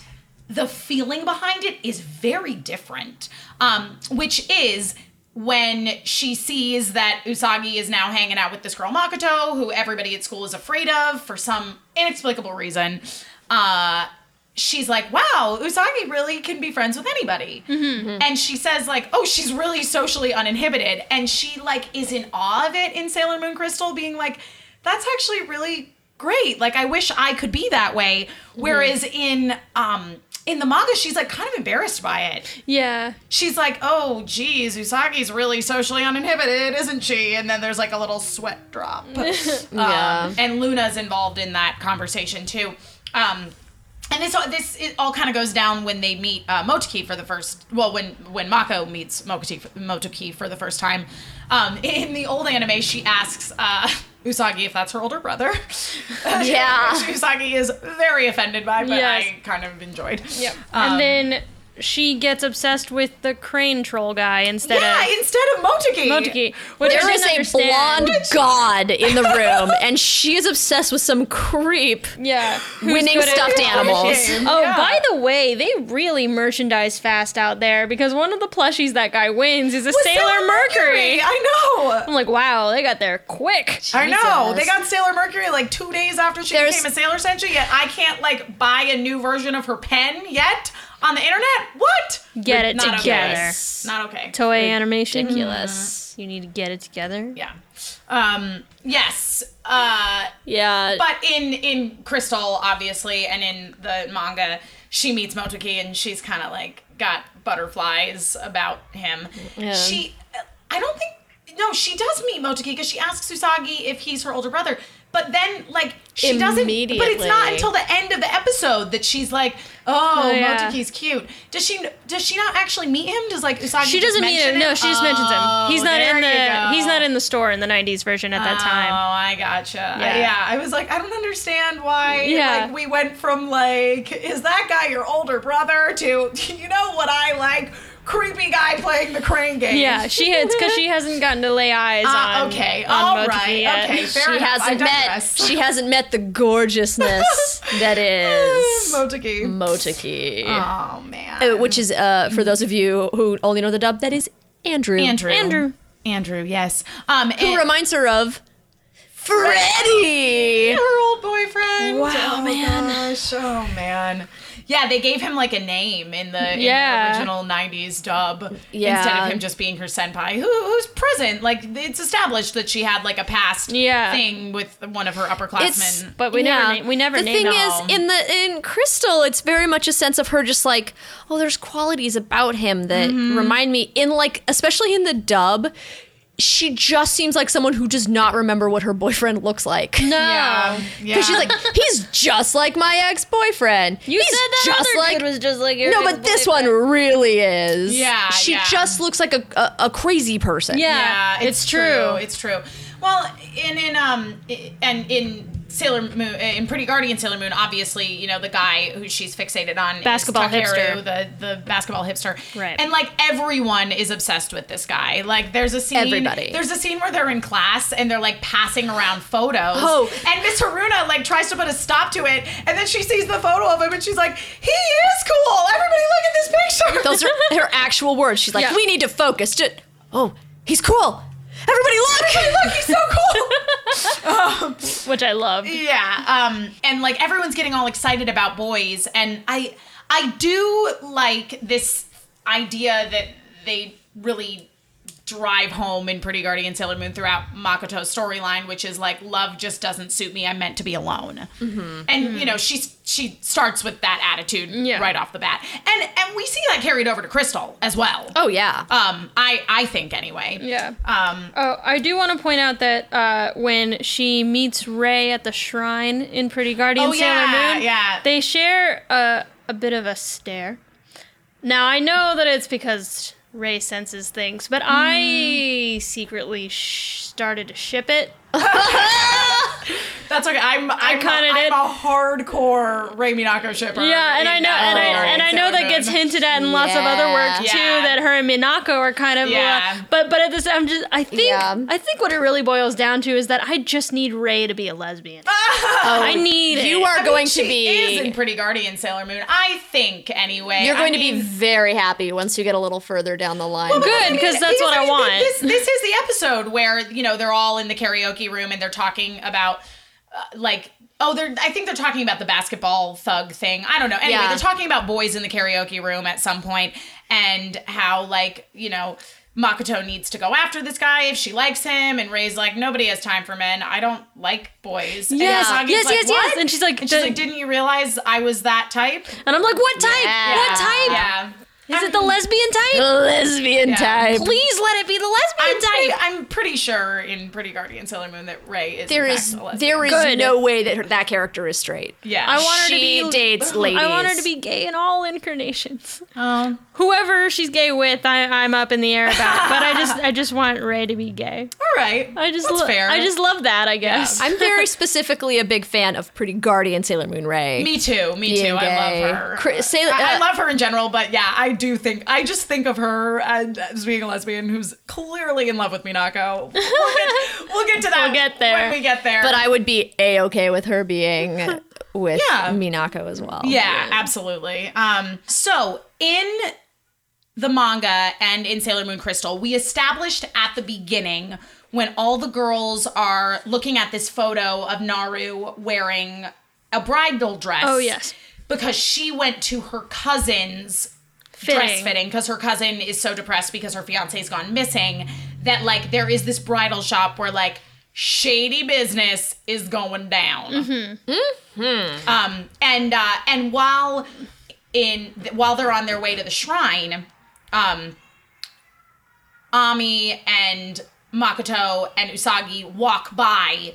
S5: the feeling behind it is very different. Um, which is when she sees that Usagi is now hanging out with this girl Makoto, who everybody at school is afraid of for some inexplicable reason. Uh, she's like, wow, Usagi really can be friends with anybody. And she says, like, oh, she's really socially uninhibited. And she, like, is in awe of it in Sailor Moon Crystal, being like, that's actually really great. Like, I wish I could be that way. Whereas in, um, in the manga, she's like kind of embarrassed by it.
S6: Yeah.
S5: She's like, "Oh, geez, Usagi's really socially uninhibited, isn't she?" And then there's like a little sweat drop. Um, and Luna's involved in that conversation too. Um, and this all this it all kind of goes down when they meet uh, Motoki for the first. Well, when when Mako meets Motoki, Motoki for the first time. Um, [LAUGHS] in the old anime, she asks uh, Usagi if that's her older brother. [LAUGHS]
S2: Yeah.
S5: Which Usagi is very offended by, but
S6: Yes.
S5: I kind of enjoyed. Um, Yep.
S6: and then she gets obsessed with the crane troll guy instead
S5: yeah,
S6: of
S5: instead of Motoki.
S6: Motoki. Which I
S2: There is
S6: didn't
S2: a
S6: understand.
S2: blonde god in the room, and she is obsessed with some creep
S6: Yeah. who's
S2: winning
S6: good at-
S2: stuffed animals.
S5: Shame.
S6: Oh,
S5: Yeah.
S6: by the way, they really merchandise fast out there because one of the plushies that guy wins is a Sailor, Mercury.
S5: I know.
S6: I'm like, wow, they got there quick.
S5: I know.
S2: Jesus.
S5: They got Sailor Mercury like two days after she
S2: There's-
S5: became a Sailor Senshi, yet I can't like buy a new version of her pen yet on the internet. What?
S6: Get it
S5: Not
S6: together.
S5: Okay. Not okay.
S6: Toei animation.
S2: Ridiculous.
S6: You need to get it together.
S5: yeah. Um, yes. Uh,
S2: Yeah.
S5: but in in Crystal, obviously, and in the manga, she meets Motoki, and she's kind of like got butterflies about him. She, I don't think. No, she does meet Motoki because she asks Usagi if he's her older brother. But then, like, she doesn't. But it's not
S2: Immediately.
S5: until the end of the episode that she's like, "Oh,
S6: yeah.
S5: Motoki's cute." Does she? Does she not actually meet him? Does like Usagi?
S6: She doesn't mean
S5: mention
S6: it. No, she just mentions him. He's
S5: Oh,
S6: not in
S5: there you
S6: the
S5: go.
S6: he's not in the store in the 90s version at that time.
S5: Oh, I gotcha.
S6: Yeah.
S5: Yeah. I was like, I don't understand why.
S6: Yeah.
S5: Like, we went from like, is that guy your older brother? To [LAUGHS] you know what I like, creepy guy playing the crane game.
S6: Yeah, she it's because she hasn't gotten to lay eyes
S5: Uh,
S6: on.
S5: okay.
S6: on
S5: All
S6: Motoki
S5: right.
S6: yet.
S5: Okay. Fair
S2: she
S5: enough. I
S2: hasn't met
S5: digress.
S2: she hasn't met the gorgeousness that is
S5: [LAUGHS] Motoki.
S2: Motoki.
S5: Oh man.
S2: Uh, Which is uh, for those of you who only know the dub, that is Andrew.
S5: Andrew.
S6: Andrew.
S5: Andrew. Yes. Um.
S2: Who
S5: and-
S2: reminds her of Freddy.
S5: her old boyfriend.
S2: Wow,
S5: oh,
S2: man.
S5: Gosh. Oh man. Yeah, they gave him like a name in the, in the
S6: Yeah.
S5: original '90s dub instead
S2: Yeah.
S5: of him just being her senpai, who, who's present. Like it's established that she had like a past
S6: Yeah.
S5: thing with one of her
S2: It's
S5: upperclassmen.
S6: But we never
S2: Yeah.
S6: na- we never
S2: The
S6: named
S2: thing
S6: him.
S5: all.
S2: is, in the in Crystal, it's very much a sense of her just like, oh, there's qualities about him that
S6: Mm-hmm.
S2: remind me in like, especially in the dub. She just seems like someone who does not remember what her boyfriend looks like. [LAUGHS]
S6: no.
S5: yeah, yeah.
S2: Because she's like, he's just like my ex boyfriend.
S6: You
S2: he's
S6: said that
S2: just
S6: other
S2: like
S6: dude was just like your
S2: no,
S6: ex
S2: but this one really is.
S5: Yeah,
S2: she
S5: yeah.
S2: just looks like a, a a crazy person.
S6: Yeah.
S5: yeah,
S6: it's true.
S5: It's true. Well, in in um i- and in Sailor Moon, uh, in Pretty Guardian Sailor Moon, obviously you know the guy who she's fixated on,
S6: Basketball
S5: is Takeru,
S6: hipster.
S5: the the basketball hipster,
S6: Right.
S5: And like everyone is obsessed with this guy. Like there's a scene,
S2: Everybody.
S5: There's a scene where they're in class and they're like passing around photos.
S2: Oh.
S5: and Miss Haruna like tries to put a stop to it, and then she sees the photo of him and she's like, he is cool. Everybody look at this picture. [LAUGHS]
S2: Those are her actual words. She's like,
S6: Yeah.
S2: we need to focus. Just, oh, he's cool. Everybody look!
S5: Look, he's so cool.
S6: which I love.
S5: Yeah. Um, and like everyone's getting all excited about boys, and I I do like this idea that they really drive home in Pretty Guardian Sailor Moon throughout Makoto's storyline, which is like love just doesn't suit me. I'm meant to be alone. And you know she's she starts with that attitude
S6: Mm-hmm. Yeah.
S5: right off the bat, and and we see that carried over to Crystal as well.
S2: [LAUGHS] Oh yeah.
S5: Um, I I think anyway.
S6: Yeah.
S5: Um,
S6: Oh, I do want to point out that uh, when she meets Ray at the shrine in Pretty Guardian
S5: Oh,
S6: Sailor
S5: yeah,
S6: Moon,
S5: yeah.
S6: they share a, a bit of a stare. Now, I know that it's because Ray senses things, but
S5: Mm.
S6: I secretly sh- started to ship it.
S5: That's okay. I'm I'm,
S6: kinda
S5: a,
S6: did.
S5: I'm a hardcore Ray Minako shipper.
S6: Yeah, and I know, and I and I know that gets
S5: hinted.
S6: hinted at in lots of other work
S5: Yeah.
S6: too.
S5: Yeah.
S6: That her and Minako are kind of,
S5: Yeah.
S6: uh, but but at this, I'm just, I think,
S2: Yeah.
S6: I think what it really boils down to is that I just need Ray to be
S5: [LAUGHS]
S6: a lesbian.
S5: Oh.
S6: I need
S2: You
S6: it.
S2: are going to
S5: She is in
S2: be.
S5: Pretty Guardian Sailor Moon, I think. Anyway,
S2: You're going
S5: I
S2: to be
S5: mean-
S2: very happy once you get a little further down the line.
S6: good because that's what I
S5: Here's the
S6: want.
S5: thing, This, this is the episode where you know they're all in the karaoke room and they're talking about uh, like oh they're I think they're talking about the basketball thug thing. I don't know. Anyway,
S2: Yeah.
S5: they're talking about boys in the karaoke room at some point and how like you know. Makoto needs to go after this guy if she likes him, and Ray's like, nobody has time for men. I don't like boys. And
S6: Yes,
S5: Usagi's
S6: yes,
S5: like,
S6: yes, yes.
S5: "What?"
S6: And she's like,
S5: and she's
S6: "The-
S5: like, didn't you realize I was that type?
S6: and I'm like, what type?
S2: Yeah.
S6: What type?
S5: Yeah.
S6: Is it the lesbian type?
S2: lesbian type.
S6: Please let it be the lesbian
S5: I'm
S6: type.
S5: pretty, I'm pretty sure in Pretty Guardian Sailor Moon that Ray is
S2: There
S5: in
S2: is
S5: fact a lesbian.
S2: there is
S6: Good.
S2: no way that her, that character is straight.
S5: yeah.
S6: [LAUGHS] I want her
S2: She
S6: to be
S2: dates
S6: I want her
S2: ladies.
S6: to be gay in all incarnations. Whoever she's gay with, I, I'm up in the air about. but I just I just want Ray to be gay.
S5: all right.
S6: I just
S5: That's
S6: lo-
S5: fair.
S6: I just love that. I guess.
S5: [LAUGHS]
S2: I'm very specifically a big fan of Pretty Guardian Sailor Moon Ray.
S5: me too. Me
S2: Being
S5: too. I
S2: gay.
S5: love her.
S2: Cri- Sailor-
S5: I, I
S2: uh,
S5: love her in general, but yeah, I do think I just think of her and as being a lesbian who's clearly in love with Minako. We'll get, we'll get to that.
S6: We'll get there.
S5: when we get there.
S2: But I would be a okay with her being with
S5: [LAUGHS] Yeah.
S2: Minako as well.
S5: Yeah, absolutely. Um, so in the manga and in Sailor Moon Crystal, we established at the beginning when all the girls are looking at this photo of Naru wearing a bridal dress.
S6: Oh, yes.
S5: Because she went to her cousin's dress
S6: Fitting.
S5: fitting because her cousin is so depressed because her fiance's gone missing that like there is this bridal shop where like shady business is going down.
S2: Mm-hmm.
S5: Um, and uh, and while in while they're on their way to the shrine, um, Ami and Makoto and Usagi walk by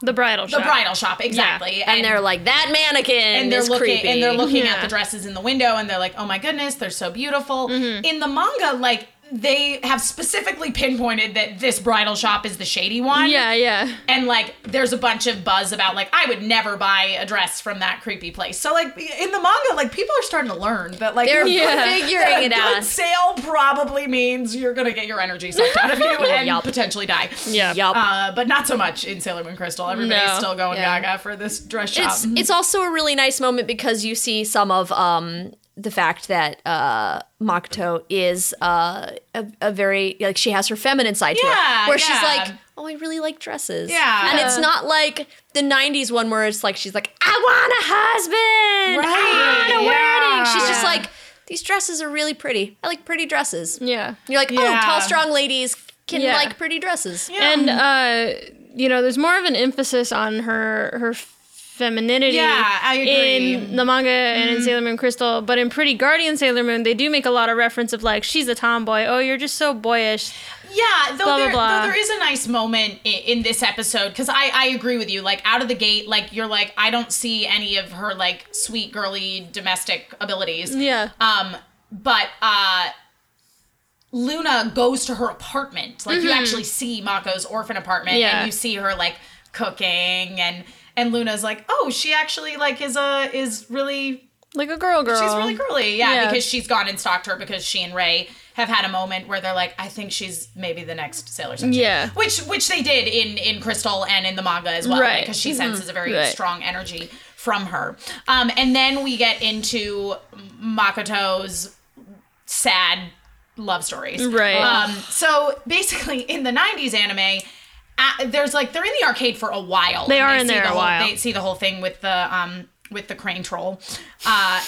S6: the bridal
S5: the
S6: shop.
S5: bridal shop exactly,
S2: And they're like, that mannequin
S5: and they're
S2: is
S5: looking
S2: creepy.
S5: and they're looking at
S6: Yeah.
S5: the dresses in the window and they're like oh my goodness they're so beautiful
S2: Mm-hmm.
S5: in the manga like they have specifically pinpointed that this bridal shop is the shady one
S6: Yeah, yeah.
S5: and like there's a bunch of buzz about like i would never buy a dress from that creepy place so like in the manga like people are starting to learn that like
S2: [LAUGHS] They're
S6: Yeah.
S2: [LAUGHS] figuring
S5: [LAUGHS] a
S2: it
S5: good
S2: out.
S5: sale probably means you're gonna get your energy sucked out
S2: [LAUGHS]
S5: of you and potentially die.
S6: Yeah.
S2: Yup.
S5: Uh, but not so much in Sailor Moon Crystal. Everybody's
S6: No.
S5: still going
S2: Yeah.
S5: gaga for this dress shop.
S2: it's it's also a really nice moment because you see some of um the fact that uh Makoto is uh a, a very like she has her feminine side to
S5: Yeah,
S2: her where
S5: yeah.
S2: she's like oh I really like dresses
S5: Yeah.
S2: and it's not like the 90s one where it's like she's like I want a husband I want a wedding she's just like these dresses are really pretty I like pretty dresses
S6: Yeah.
S2: you're like
S5: Yeah.
S2: oh tall strong ladies can
S6: Yeah.
S2: like pretty dresses
S6: And uh, you know, there's more of an emphasis on her her femininity.
S5: Yeah, I agree.
S6: In the manga and in Sailor Moon Crystal, but in Pretty Guardian Sailor Moon, they do make a lot of reference of like she's a tomboy. Oh, you're just so boyish.
S5: Yeah, though,
S6: Blah, blah,
S5: there,
S6: blah.
S5: though there is a nice moment in, in this episode because I, I agree with you. Like out of the gate, like you're like I don't see any of her like sweet girly domestic abilities.
S6: Yeah.
S5: Um, but uh, Luna goes to her apartment. Like you actually see Mako's orphan apartment,
S6: Mm-hmm. Yeah.
S5: and you see her like cooking and and Luna's like, oh, she actually like is a is really
S6: Like a girl, girl.
S5: She's really girly, yeah,
S6: Yeah.
S5: because she's gone and stalked her because she and Ray have had a moment where they're like, I think she's maybe the next Sailor Senshi.
S6: Yeah.
S5: Which which they did in in Crystal and in the manga as well,
S6: Right. Mm-hmm.
S5: because she senses a very
S6: Right.
S5: strong energy from her. Um, and then we get into Makoto's sad love stories.
S6: Right.
S5: Um, so basically, in the '90s anime. Uh, there's like they're in the arcade for a while.
S6: They
S5: and
S6: are in
S5: see
S6: there
S5: the
S6: a
S5: whole-
S6: while.
S5: They see the whole thing with the um with the crane troll, uh,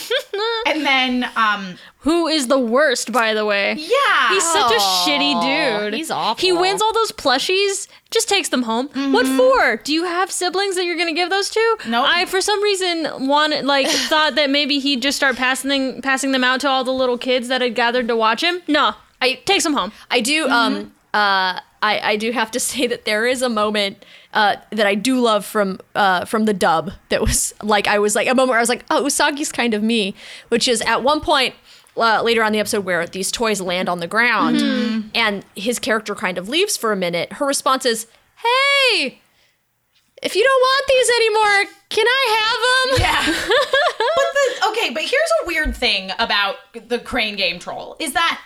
S5: and then um
S6: Who is the worst, by the way?
S5: yeah,
S6: He's such a shitty dude.
S2: he's awful.
S6: He wins all those plushies, just takes them home. What for? Do you have siblings that you're gonna give those to?
S5: Nope.
S6: I for some reason wanted like thought that maybe he'd just start passing passing them out to all the little kids that had gathered to watch him. No. I takes them home.
S2: I do um uh I, I do have to [LAUGHS] say that there is a moment uh, that I do love from uh, from the dub that was like I was like a moment where I was like oh Usagi's kind of me which is at one point uh, later on in the episode where these toys land on the ground and his character kind of leaves for a minute her response is hey if you don't want these anymore, can I have them?
S5: Yeah. but the, okay, but here's a weird thing about the crane game troll is that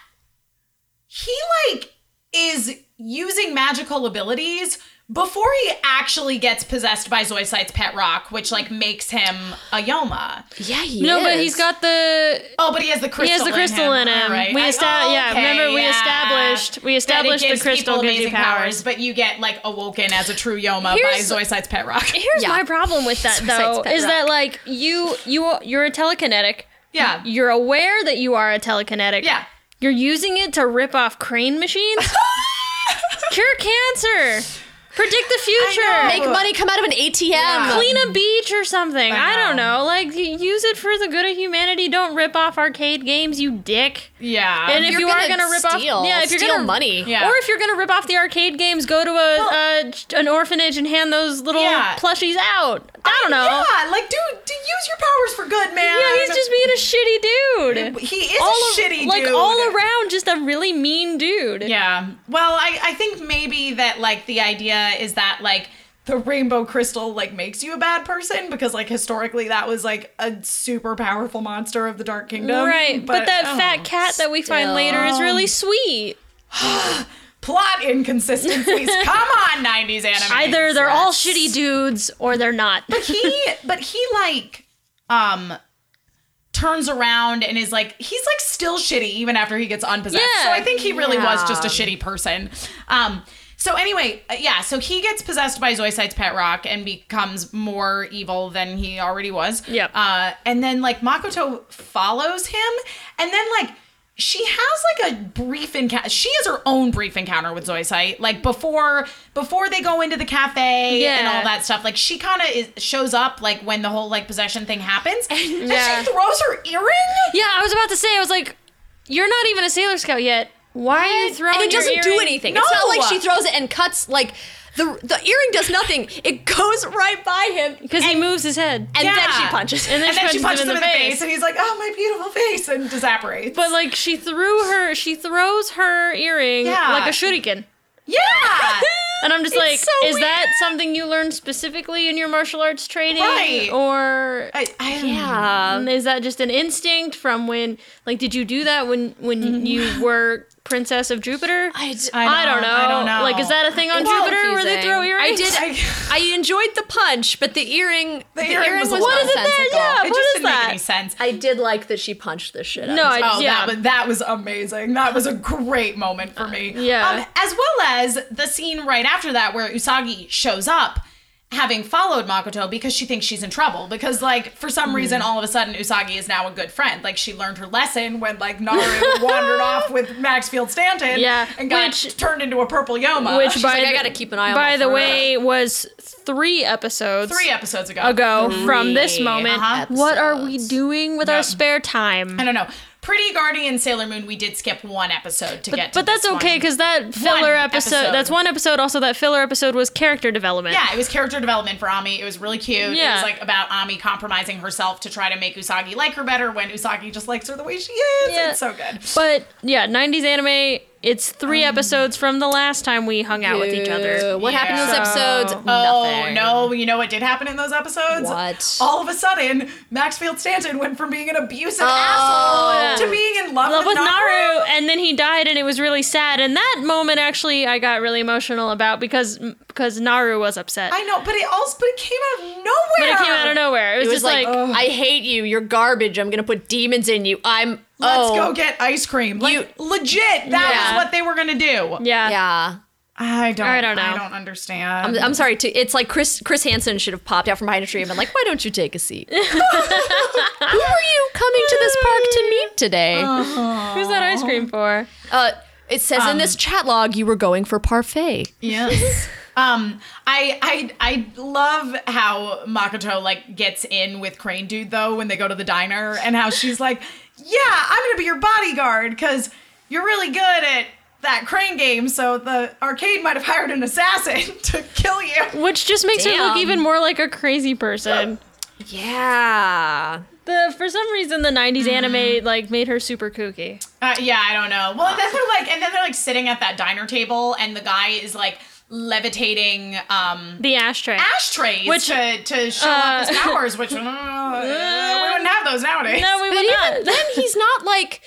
S5: he like is using magical abilities before he actually gets possessed by Zoisite's pet rock, which like makes him a Yoma.
S2: Yeah, he
S6: No,
S2: is.
S6: but he's got the
S5: Oh, but he has the crystal.
S6: he has the crystal in him.
S5: All right.
S6: We
S5: I-
S6: esta-
S5: oh,
S6: yeah,
S5: okay,
S6: remember we
S5: yeah.
S6: established we
S5: That it
S6: established the
S5: gives
S6: crystal
S5: people
S6: gives you
S5: amazing
S6: powers.
S5: but you get like awoken as a true Yoma
S2: Here's-
S5: by Zoiside's pet rock.
S6: Here's my problem with that though
S2: pet
S6: is that like you you are- you're a telekinetic.
S5: [LAUGHS] Yeah.
S6: You're aware that you are a telekinetic.
S5: Yeah.
S6: You're using it to rip off crane machines. Cure cancer. Predict the future.
S2: Make money come out of an ATM.
S6: clean a beach or something. I, don't
S5: know.
S6: know. Like y- use it for the good of humanity. Don't rip off arcade games, you dick.
S5: Yeah.
S6: And if
S2: you're
S6: you are
S2: gonna
S6: gonna rip
S2: steal-
S6: off, yeah, if you're
S2: steal
S6: gonna
S2: money.
S5: Yeah.
S6: or if you're gonna rip off the arcade games, go to a uh, an orphanage and hand those little
S5: Yeah.
S6: plushies out. I don't know.
S5: Yeah, like dude, do use your powers for good, man.
S6: Yeah, he's just being a shitty dude.
S5: he is
S6: all
S5: a
S6: of-
S5: shitty
S6: like
S5: dude.
S6: all around, just a really mean dude.
S5: Yeah. Well, I, I think maybe that like the idea is that like the rainbow crystal like makes you a bad person because like historically that was like a super powerful monster of the dark kingdom.
S6: Right, but, that
S5: um, oh.
S6: fat cat that we find later is really sweet.
S5: plot
S6: [LAUGHS]
S5: inconsistencies. Come on, 90s anime.
S6: Either they're all shitty dudes or they're not.
S5: he but he like um turns around and is like he's like still shitty even after he gets unpossessed.
S6: Yeah.
S5: So I think he really was just a shitty person. Um so anyway, uh, yeah, so he gets possessed by Zoisite's pet rock and becomes more evil than he already was.
S6: Yep.
S5: Uh and then like Makoto follows him and then like she has like a brief encounter. She has her own brief encounter with Zoisite, like before before they go into the cafe and
S6: Yeah.
S5: all that stuff. Like she kind of shows up like when the whole like possession thing happens,
S6: [LAUGHS]
S5: and
S6: Yeah.
S5: she throws her earring.
S6: Yeah, I was about to say, I was like, you're not even a Sailor Scout yet. Why are you throwing
S2: and it
S6: your
S2: doesn't do
S6: earring-
S2: anything. It's not
S5: No!
S2: like she throws it and cuts like the the earring does nothing. It goes right by him,
S6: Because he moves his head.
S2: and then
S5: Yeah.
S2: she punches.
S6: And then
S5: And then she punches him in the face.
S6: face.
S5: and he's like, "Oh, my beautiful face," and disapparates.
S6: But like she threw her, she throws her earring
S5: Yeah.
S6: like a shuriken. [LAUGHS]
S5: yeah,
S6: And I'm just like,
S5: so
S6: is that something you learned specifically in your martial arts training,
S5: Right.
S6: or
S5: I, I,
S2: yeah.
S6: um, is that just an instinct from when? Like, did you do that when when you were princess of Jupiter?
S2: Mm-hmm. I, d-
S6: I don't know.
S5: I don't know.
S6: Like, is that a thing on
S2: It's
S6: Jupiter where they
S2: confusing.
S6: throw earrings?
S2: I did.
S5: I- [LAUGHS]
S2: I enjoyed the punch, but the earring. The,
S5: earring was a
S6: What is it there?
S2: nonsensical.
S6: Yeah.
S5: it
S6: what
S5: just
S6: is
S5: didn't make
S6: that?
S5: any sense.
S2: I did like that she punched the shit.
S6: No, I,
S5: Oh,
S6: yeah.
S5: that was that was amazing. That was a great moment for me. Um,
S6: yeah.
S5: as well as the scene right after that where Usagi shows up having followed Makoto because she thinks she's in trouble because like for some
S6: Hmm.
S5: reason all of a sudden Usagi is now a good friend. Like she learned her lesson when like Naru [LAUGHS] wandered off with Maxfield Stanton
S6: Yeah,
S5: and got
S6: which-
S5: turned into a purple Yoma.
S6: Which, by
S2: like, I
S6: the-
S2: gotta keep an eye on
S6: By
S2: my
S6: the
S2: phone.
S6: way, was three episodes
S5: three episodes ago.
S6: ago from this moment.
S5: Uh-huh.
S6: What are we doing with our spare time?
S5: I don't know. Pretty Guardian Sailor Moon we did skip one episode to get to
S6: But that's
S5: this
S6: okay
S5: one.
S6: because that filler episode,
S5: episode.
S6: that's one episode. Also, that filler episode was character development.
S5: Yeah, it was character development for Ami. It was really cute. It
S6: Yeah.
S5: was like about Ami compromising herself to try to make Usagi like her better when Usagi just likes her the way she is.
S6: Yeah.
S5: It's so good.
S6: But yeah, 90s anime. It's three episodes from the last time we hung out with each other.
S2: Ew, What happened in those
S5: Um, Yeah.
S2: episodes?
S5: Oh
S2: Nothing.
S5: no, you know what did happen in those episodes?
S2: What?
S5: All of a sudden, Maxfield Stanton went from being an abusive
S6: Oh, yeah.
S5: asshole to being in love,
S6: Love
S5: with,
S6: with
S5: Naru.
S6: Naru, and then he died, and it was really sad. And that moment actually, I got really emotional about because because Naru was upset.
S5: I know, but it also but it came out of nowhere.
S6: but it came out of nowhere. It was,
S2: It was
S6: just
S2: like,
S6: like, oh.
S2: I hate you. You're garbage. I'm gonna put demons in you. I'm.
S5: Let's
S2: oh.
S5: go get ice cream. Like
S2: You-
S5: legit, that
S2: Yeah.
S5: was what they were gonna do.
S6: yeah,
S2: Yeah.
S5: I don't.
S6: I don't
S5: I
S6: know.
S5: don't understand.
S2: I'm sorry. To, it's like Chris Chris Hansen should have popped out from behind a tree and been like, "Why don't you take a seat? Who are you coming to this park to meet today?"
S6: Who's that ice cream for?
S2: Uh, it says in this chat log you were going for parfait.
S6: [LAUGHS]
S5: Yes. um, I I I love how Makoto like gets in with Crane Dude though when they go to the diner and how she's like, "Yeah, I'm gonna be your bodyguard because you're really good at that crane game. So the arcade might have hired an assassin [LAUGHS] to kill you."
S6: Which just makes her
S2: Damn.
S6: look even more like a crazy person.
S2: Yeah.
S6: [GASPS] The for some reason the '90s anime like made her super kooky.
S5: Uh, yeah, I don't know. Well, then they're like, and then they're like sitting at that diner table, and the guy is like. levitating um,
S6: The ashtray.
S5: ashtrays
S6: Which-
S5: to, to show off his powers, which [LAUGHS] uh, we wouldn't have those nowadays.
S6: no, we
S2: But
S6: would not.
S2: even then, he's not like.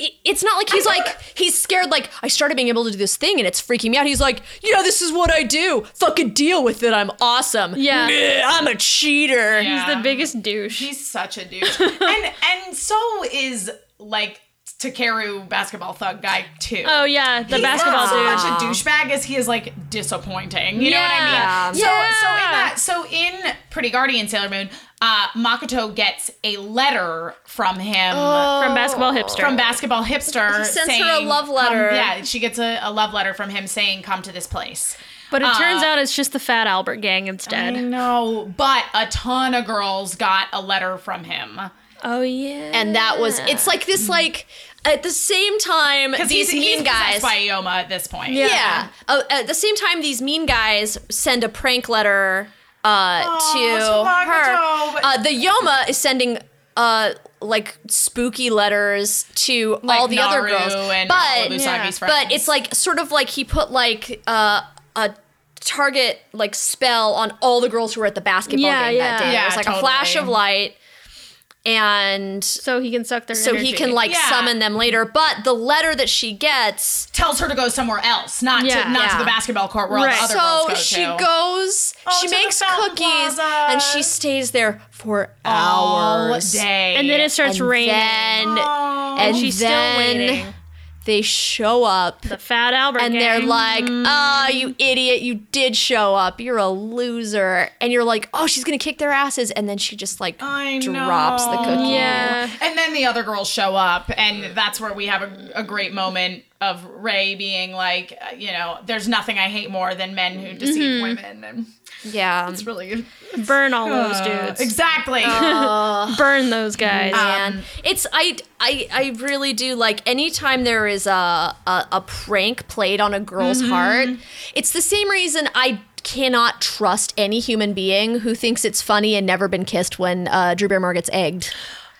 S2: i- It's not like he's like he's scared. Like I started being able to do this thing and it's freaking me out. He's like, yeah, this is what I do. Fucking deal with it. I'm awesome.
S6: Yeah.
S2: Nah, I'm a cheater.
S5: Yeah.
S6: [LAUGHS] He's the biggest douche.
S5: He's such a douche. and and so is like Takeru basketball thug guy too.
S6: Oh yeah, the
S5: He's
S6: basketball
S5: so
S6: dude.
S5: much a douchebag as he is like disappointing. You know what I mean?
S6: Yeah.
S5: So, so in that, so in Pretty Guardian Sailor Moon, uh, Makoto gets a letter from him
S6: From basketball
S2: Oh.
S6: hipster.
S5: from basketball hipster. He
S2: sends her a love letter.
S5: yeah, she gets a, a love letter from him saying, "Come to this place."
S6: but it turns out it's just the Fat Albert gang instead.
S5: No, but a ton of girls got a letter from him
S6: oh yeah.
S2: And that was it's like this like at the same time
S5: because
S2: these
S5: he's,
S2: mean
S5: he's
S2: guys.
S5: possessed by Ioma at this point.
S2: yeah. Uh, at the same time, these mean guys send a prank letter uh,
S5: to
S2: to her.
S5: Makoto, but-
S2: Uh, the Yoma is sending uh, like spooky letters to
S5: Like
S2: all the other
S5: Naru
S2: girls,
S5: and all of
S2: but
S5: Usagi's friends.
S2: but it's like sort of like he put like uh, a target like spell on all the girls who were at the basketball
S6: Yeah,
S2: game
S6: yeah.
S2: that day.
S5: Yeah,
S2: it was like a flash
S5: totally.
S2: of light, and
S6: so he can suck their
S2: so he
S6: energy.
S2: can like
S5: Yeah.
S2: summon them later. But the letter that she gets.
S5: tells her to go somewhere else, not
S6: Yeah.
S5: to not to
S2: Yeah.
S5: the basketball court where all
S6: Right.
S5: the other girls
S2: so
S5: go
S2: she
S5: to.
S2: goes she
S5: to the
S2: makes
S5: Fountain
S2: cookies
S5: Plaza.
S2: and she stays there for
S5: all
S2: hours
S5: day,
S6: and then it starts
S2: and
S6: raining.
S2: then and
S6: she's still
S2: then
S6: waiting.
S2: they show up
S6: the Fat Albert
S2: and
S6: gang.
S2: they're like oh you idiot you did show up you're a loser and you're like oh she's gonna kick their asses and then she just like
S5: I
S2: drops the
S5: know.
S2: cookie
S6: yeah.
S5: And then the other girls show up, and that's where we have a, a great moment of Ray being like, uh, you know, there's nothing I hate more than men who deceive
S2: Mm-hmm.
S5: women, and
S2: yeah
S5: it's [LAUGHS] really
S2: "Oh."
S6: Burn all those
S5: Uh,
S6: dudes.
S5: exactly. Oh.
S6: Burn those guys.
S2: man.
S5: Um,
S2: it's I, I I really do like anytime there is a a, a prank played on a girl's
S5: Mm-hmm.
S2: heart. It's the same reason I cannot trust any human being who thinks it's funny and never been kissed when uh, Drew Barrymore gets egged.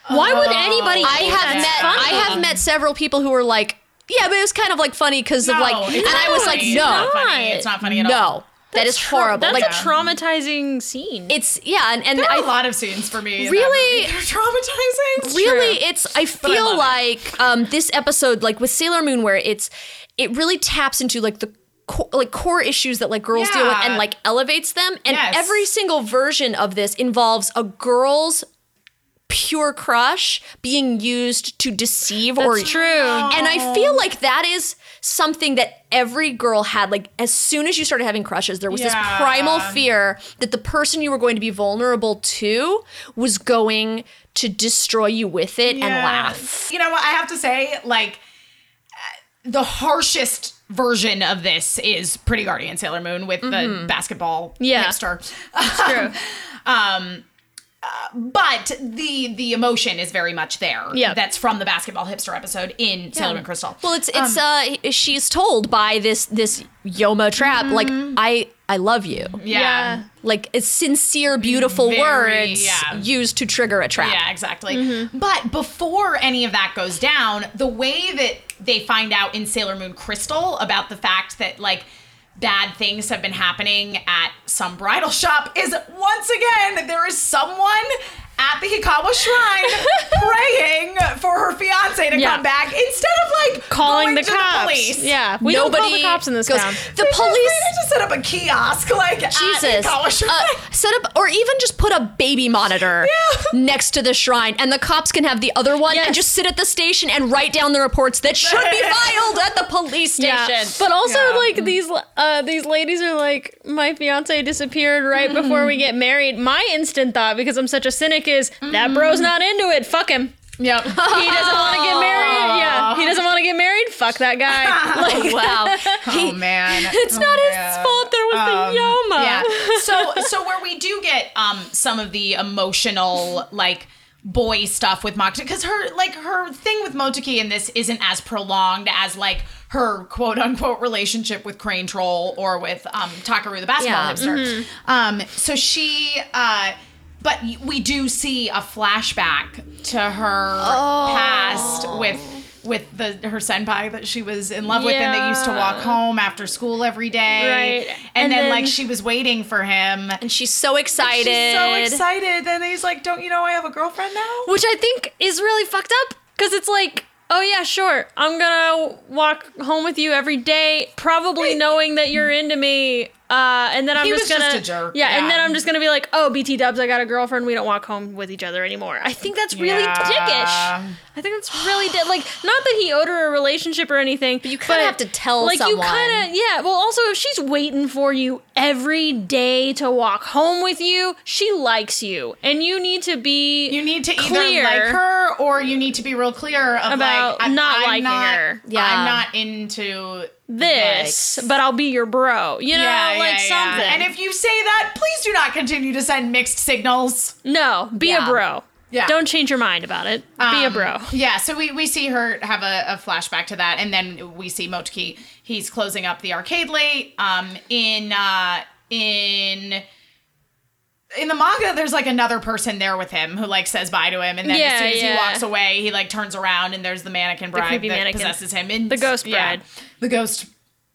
S6: Why would anybody?
S2: I
S6: think
S2: have
S6: that's
S2: met
S6: funny?
S2: I have met several people who were like, yeah, but it was kind of like funny because of
S5: [LAUGHS] No,
S2: like,
S5: it's
S2: and I was like,
S5: funny.
S2: no,
S5: it's not funny. It's not funny at all.
S2: no, that is horrible.
S6: That's
S2: like
S6: a traumatizing scene.
S2: it's yeah, and and
S5: There
S2: I
S5: are a lot of scenes for me. in that
S2: Really?
S5: movie. they're traumatizing.
S2: really it's i
S5: I
S2: feel
S5: love it.
S2: like um this episode like with sailor moon where it's it really taps into like the co- like core issues that like girls deal with
S5: Yeah.
S2: and like elevates them and
S5: Yes.
S2: every single version of this involves a girl's pure crush being used to deceive or
S6: That's true.
S2: and I feel like that is something that every girl had. Like as soon as you started having crushes, there was
S5: Yeah.
S2: this primal fear that the person you were going to be vulnerable to was going to destroy you with it [LAUGHS] and
S5: Yeah.
S2: laugh.
S5: You know what I have to say? Like uh, the harshest version of this is Pretty Guardian Sailor Moon with
S2: Mm-hmm.
S5: the basketball
S6: Yeah.
S5: hipster. [LAUGHS] Um, uh,
S6: True.
S5: But the the emotion is very much there.
S6: Yeah.
S5: That's from the basketball hipster episode in Sailor Moon Crystal.
S2: Well, it's it's
S6: Um,
S2: uh she's told by this this Yoma trap like
S6: Mm-hmm.
S2: I I love you.
S5: yeah.
S2: Like it's sincere beautiful
S5: Very,
S2: words
S5: yeah.
S2: used to trigger a trap.
S5: Yeah, exactly. But before any of that goes down, the way that they find out in Sailor Moon Crystal about the fact that like bad things have been happening at some bridal shop is once again there is someone at the Hikawa shrine praying for her fiance to
S6: Yeah.
S5: come back instead of like
S6: Calling
S5: going
S6: the
S5: to
S6: cops.
S5: The police.
S6: Yeah, we don't call the cops in this
S2: goes,
S6: town.
S2: The
S5: Police
S2: police
S5: just set up a kiosk like at
S2: Jesus.
S5: the Hikawa shrine.
S2: Uh, set up or even just put a baby
S6: [LAUGHS]
S2: monitor next to the shrine and the cops can have the other one
S6: Yes.
S2: and just sit at the station and write down the reports that should
S6: [LAUGHS]
S2: be filed at the police station.
S6: Yeah. But also
S5: Yeah.
S6: like these uh these ladies are like my fiance disappeared right before we get married. My instant thought because I'm such a cynic is that bro's not into it. Fuck him.
S5: yep.
S6: He doesn't want to get married. Yeah. He doesn't want to get married. Fuck
S2: [LAUGHS]
S6: that guy. Like
S2: wow.
S5: oh man.
S6: it's not his fault there was the Yoma.
S5: Yeah. So so where we do get um some of the emotional like boy stuff with Motoki because her like her thing with Motoki in this isn't as prolonged as like her quote unquote relationship with Crane Troll or with um Takaru the basketball
S2: Yeah.
S5: hipster. Um so she uh but y- we do see a flashback to her past with with the her senpai that she was in love with and they used to walk home after school every day.
S6: Right.
S5: And,
S6: And
S5: then,
S6: then-
S5: like she was waiting for him.
S2: and she's so excited.
S5: She's so excited. Then he's like, Don't you know I have a girlfriend now?
S6: which I think is really fucked up because it's like, oh yeah, sure, I'm gonna walk home with you every day, probably knowing that you're into me, uh, and then I'm
S5: He
S6: just
S5: was just
S6: gonna,
S5: a jerk,
S6: Yeah,
S5: yeah.
S6: and then I'm just gonna be like, oh, BT Dubs, I got a girlfriend, we don't walk home with each other anymore. I think that's really
S5: Yeah.
S6: dickish. I think that's really di- like not that he owed her a relationship or anything, but
S2: you kinda have to tell
S6: like
S2: someone.
S6: you kind of yeah. Well, also if she's waiting for you every day to walk home with you, she likes you, and you need to be
S5: You need to either
S6: Clear.
S5: like her or you need to be real clear of
S6: About
S5: like, I'm,
S6: not
S5: I'm
S6: liking
S5: not-
S6: her.
S2: Yeah.
S5: I'm not into
S6: this,
S5: Yikes.
S6: but I'll be your bro. You know,
S5: yeah,
S6: like
S5: yeah, yeah.
S6: something.
S5: And if you say that, please do not continue to send mixed signals.
S6: no, be
S2: Yeah.
S6: a bro.
S5: Yeah.
S6: Don't change your mind about it. be a
S5: Um, [LAUGHS]
S6: bro.
S5: Yeah, so we, we see her have a, a flashback to that, and then we see Motoki. He's closing up the arcade late. Um, in uh, in in the manga, there's like another person there with him who like says bye to him, and then as
S6: Yeah,
S5: soon as he
S6: yeah.
S5: walks away, he like turns around and there's the mannequin bride
S6: creepy
S5: that
S6: mannequin.
S5: possesses him, and
S6: The ghost
S5: yeah,
S6: bride.
S5: the ghost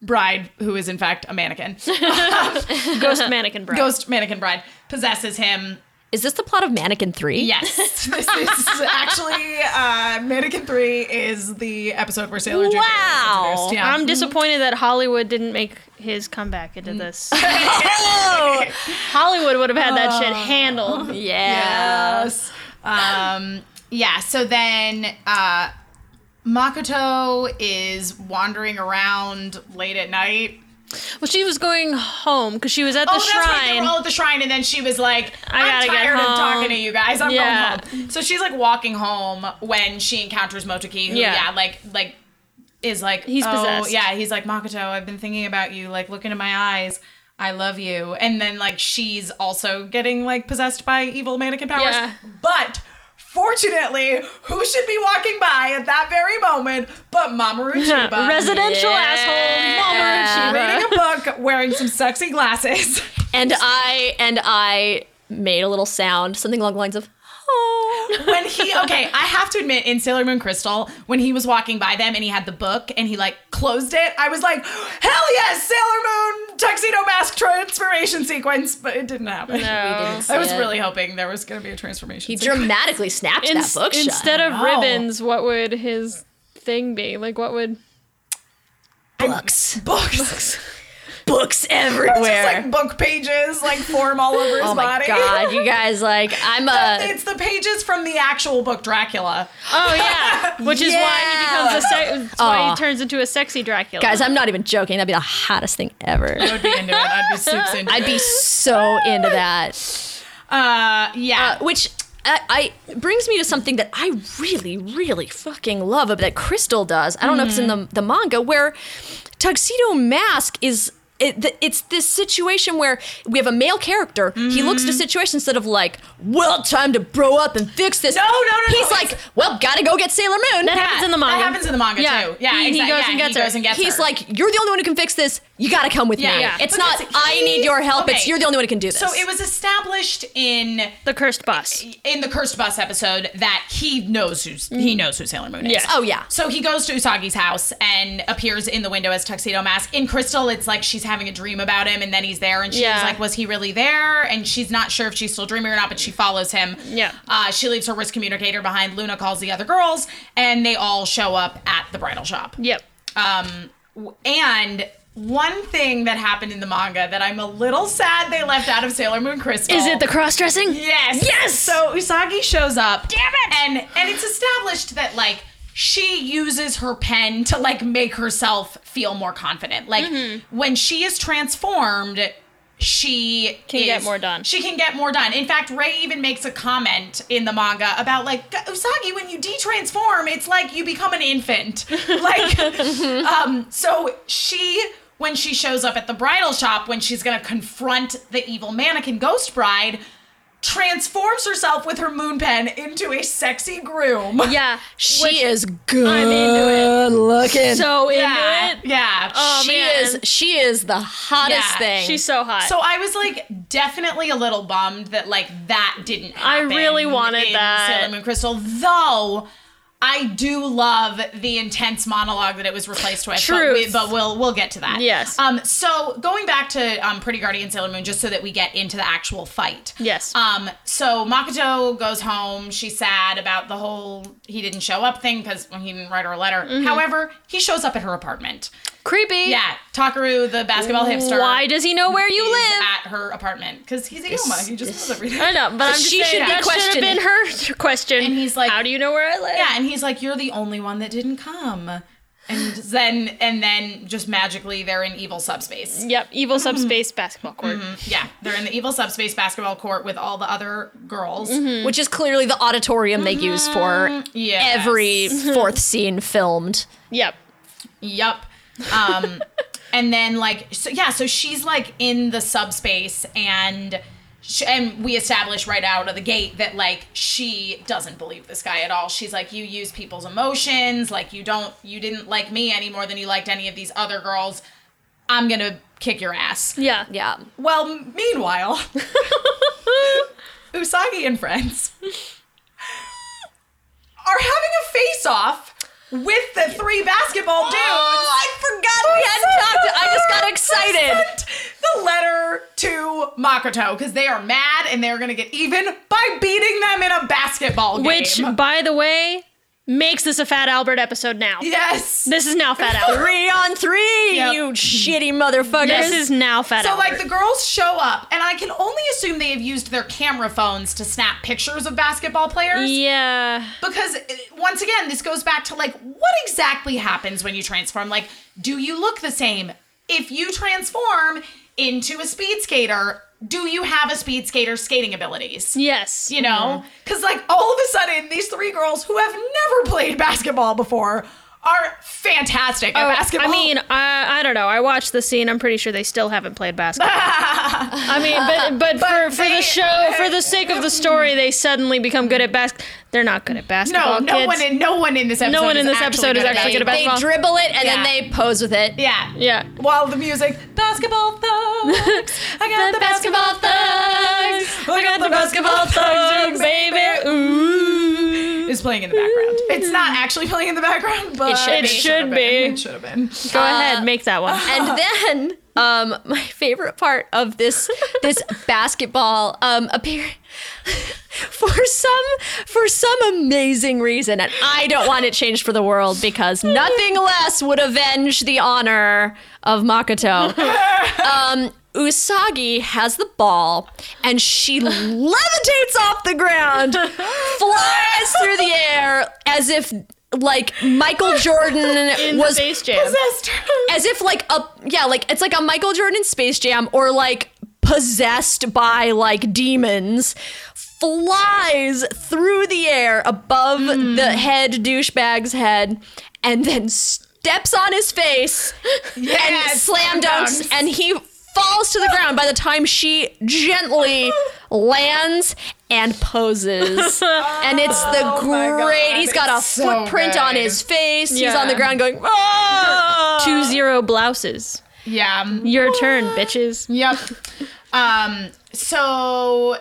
S5: bride who is in fact a mannequin,
S6: [LAUGHS] Ghost mannequin bro.
S5: ghost mannequin bride possesses him.
S2: Is this the plot of Mannequin Three?
S5: Yes, [LAUGHS] this is actually uh, Mannequin Three is the episode where Sailor Jupiter
S2: Wow.
S5: was introduced. Yeah. Mhm.
S6: I'm disappointed that Hollywood didn't make his comeback into
S5: Mm. [LAUGHS]
S6: this. Hollywood would have had that
S5: Oh.
S6: shit handled.
S2: Yeah.
S5: Yes. Um, yeah. So then uh, Makoto is wandering around late at night.
S6: Well, she was going home because she was at the
S5: oh, that's right. They
S6: shrine.
S5: were all at the shrine, and then she was like,
S6: I
S5: "I'm
S6: gotta get
S5: tired of
S6: home."
S5: talking to you guys. I'm
S6: Yeah.
S5: going home." So she's like walking home when she encounters Motoki, who yeah,
S6: Yeah.
S5: like like is like
S6: He's
S5: oh,
S6: possessed.
S5: Yeah, he's like Makoto. I've been thinking about you. Like look into my eyes. I love you. And then like she's also getting like possessed by evil mannequin powers.
S6: Yeah.
S5: But fortunately, who should be walking by at that very moment but Mamoru
S6: [LAUGHS]
S5: Chiba?
S6: Residential asshole. Mama,
S5: reading a book, wearing some sexy glasses. [LAUGHS]
S2: And I and I made a little sound, something along the lines of
S6: [LAUGHS]
S2: oh.
S5: when he okay, I have to admit, in Sailor Moon Crystal, when he was walking by them and he had the book and he like closed it, I was like, hell yes, Sailor Moon tuxedo mask transformation sequence, but it didn't happen. I was really hoping there was gonna be a transformation.
S2: He
S5: sequence.
S2: dramatically snapped that book shut.
S6: instead of
S5: Wow.
S6: ribbons, what would his thing be? Like, what would.
S2: books,
S5: [LAUGHS] books,
S2: books
S5: just
S2: everywhere.
S5: like book pages, like form all over his
S2: oh my
S5: body.
S2: god, you guys! Like I'm uh, a
S5: [LAUGHS] It's the pages from the actual book Dracula.
S6: Oh
S5: [LAUGHS]
S6: yeah, which is why he becomes a se- it's why
S2: Aw.
S6: he turns into a sexy Dracula.
S2: guys. I'm not even joking. That'd be the hottest thing ever.
S5: I would be into it. I'd be soups into
S2: I'd
S5: it.
S2: be so into that.
S5: Uh, yeah.
S2: Uh, which I, I brings me to something that I really, really fucking love that Crystal does. I don't know if it's in
S5: Mm-hmm.
S2: the the manga where tuxedo mask is. It, th- it's this situation where we have a male character. He looks
S5: Mm-hmm.
S2: at a situation instead of like, "Well, time to bro up and fix this."
S5: No, no, no, no.
S2: He's like, "Well, gotta go get Sailor Moon."
S6: that happens in the manga.
S5: That happens in the manga
S6: Yeah.
S5: too. Yeah,
S6: He- he
S5: exac-
S6: goes
S5: yeah,
S6: and gets
S5: he
S6: her.
S5: Goes and gets
S2: He's
S5: her.
S2: like, "You're the only one who can fix this. You gotta come with
S5: Yeah.
S2: me."
S5: Yeah.
S2: It's
S5: But
S2: not,
S5: that's-
S2: "I
S5: he-
S2: need your help." It's,
S5: okay.
S2: "You're the only one who can do this."
S5: So it was established in
S6: the cursed bus.
S5: in the Cursed Bus episode that he knows who's he knows who Sailor Moon is.
S6: Mm-hmm. Yes.
S2: Oh yeah.
S5: So he goes to Usagi's house and appears in the window as Tuxedo Mask. In Crystal, it's like she's having a dream about him, and then he's there, and she's
S6: Yeah.
S5: like, "Was he really there?" And she's not sure if she's still dreaming or not, but she follows him.
S6: Yeah.
S5: Uh, she leaves her wrist communicator behind. Luna calls the other girls, and they all show up at the bridal shop.
S6: Yep.
S5: Um, w- and one thing that happened in the manga that I'm a little sad they left out of Sailor Moon Crystal
S6: Is it the cross dressing?
S5: Yes. Yes. So Usagi shows up. Damn it. And and it's established that like she uses her pen to like make herself feel more confident. Like
S6: Mm-hmm.
S5: when she is transformed, she
S6: Can
S5: is-
S6: get more done.
S5: She can get more done. In fact, Ray even makes a comment in the manga about like Usagi when you de-transform, it's like you become an
S6: [LAUGHS]
S5: infant. Like um so she when she shows up at the bridal shop when she's going to confront the evil mannequin ghost bride transforms herself with her moon pen into a sexy groom.
S6: Yeah.
S2: She
S6: Which-
S2: is good
S6: I'm into
S2: looking.
S6: So
S5: [LAUGHS] yeah.
S6: into it.
S5: Yeah.
S6: Oh
S2: she
S6: man.
S2: is she is the hottest
S5: Yeah,
S2: thing.
S6: She's so hot.
S5: So I was like definitely a little bummed that like that didn't
S6: I
S5: happen.
S6: really wanted
S5: in
S6: that.
S5: Sailor Moon Crystal, though I do love the intense monologue that it was replaced with. But, we,
S6: Truth.
S5: but we'll we'll get to that.
S6: Yes.
S5: Um. So going back to um, Pretty Guardian Sailor Moon, just so that we get into the actual fight.
S6: Yes.
S5: Um. So Makoto goes home. She's sad about the whole he didn't show up thing because he didn't write her a letter.
S6: Mm-hmm.
S5: However, he shows up at her apartment.
S6: Creepy.
S5: Yeah. Takaru, the basketball hipster.
S6: Why does he know where you
S5: is
S6: live?
S5: at her apartment because he's a Yoma. He just knows everything.
S6: I know, but I'm just
S2: she should
S6: saying
S2: be
S6: that should have been her [LAUGHS] question.
S5: And he's like-
S6: "How do you know where I live?"
S5: Yeah, and he's like, "You're the only one that didn't come," and then and then just magically they're in evil subspace.
S6: Yep. Evil subspace basketball court.
S5: Yeah, they're in the evil subspace basketball court with all the other girls.
S6: Mm-hmm.
S2: which is clearly the auditorium they use for
S5: Mm-hmm. Yes. Mm-hmm.
S2: every fourth scene filmed.
S6: Yep.
S5: Yup. Um, and then like so yeah, so she's like in the subspace and. sh and we establish right out of the gate that like she doesn't believe this guy at all. She's like, you use people's emotions, like you don't, you didn't like me any more than you liked any of these other girls. I'm gonna kick your ass.
S6: Yeah.
S2: Yeah.
S5: Well, m- meanwhile, Usagi and friends are having a face off with the three basketball dudes.
S2: Oh, I forgot
S5: [LAUGHS]
S2: we had talked. I just got excited.
S5: Sent the letter to Makoto because they are mad and they're going to get even by beating them in a basketball game.
S6: Which, by the way, makes this a Fat Albert episode now.
S5: yes.
S6: This is now [LAUGHS] Fat Albert.
S2: Three on three,
S5: Yep.
S2: you shitty motherfuckers.
S6: this is now Fat
S5: So
S6: Albert.
S5: like the girls show up, and I can only assume they have used their camera phones to snap pictures of basketball players.
S6: yeah.
S5: because uh, once again this goes back to like what exactly happens when you transform like do you look the same if you transform into a speed skater do you have a speed skater skating abilities
S6: Yes.
S5: you know because like all of a sudden these three girls who have never played basketball before are fantastic at basketball
S6: Oh, I mean, I, I don't know. I watched the scene. I'm pretty sure they still haven't played
S5: [LAUGHS]
S6: basketball. I mean, but but, for, for
S5: they-
S6: the show, for the sake of the story, they suddenly become good at basketball. They're not good at
S5: no
S6: basketball.
S5: no
S6: kids.
S5: one in no one in this episode
S6: one in
S5: is
S6: this episode is actually
S5: good
S6: good
S5: at
S6: at
S2: they
S6: basketball.
S2: dribble it and
S5: Yeah.
S2: then they pose with it.
S5: yeah
S6: Yeah.
S5: while the music basketball thugs i got the basketball
S6: thugs.
S5: I got the basketball thugs, baby. is playing in the background. It's not actually playing in the background, but
S2: should It be.
S6: should be.
S5: It should have been.
S6: Go ahead, make that one. [LAUGHS]
S2: And then um my favorite part of this this basketball um appear [LAUGHS] for some for some amazing reason and I don't want it changed for the world because nothing less would avenge the honor of Makoto. Um Usagi has the ball and she levitates off the ground, flies through the air as if like Michael Jordan was
S6: Space Jam.
S2: as if like a yeah like it's like a michael jordan space jam or like possessed by like demons flies through the air above the
S5: Hmm.
S2: head douchebag's head and then steps on
S5: [LAUGHS]
S2: his face and
S5: Yes,
S2: slam dunks and he falls to the ground by the time she gently lands
S5: [LAUGHS]
S2: and poses and it's the
S5: Oh God,
S2: great he's got a
S5: it's so
S2: footprint on
S5: good.
S2: his face he's on the
S6: Yeah.
S2: ground going "Ah!"
S6: Two zero blouses.
S5: Yeah.
S6: Your turn, bitches.
S5: Yep. um. So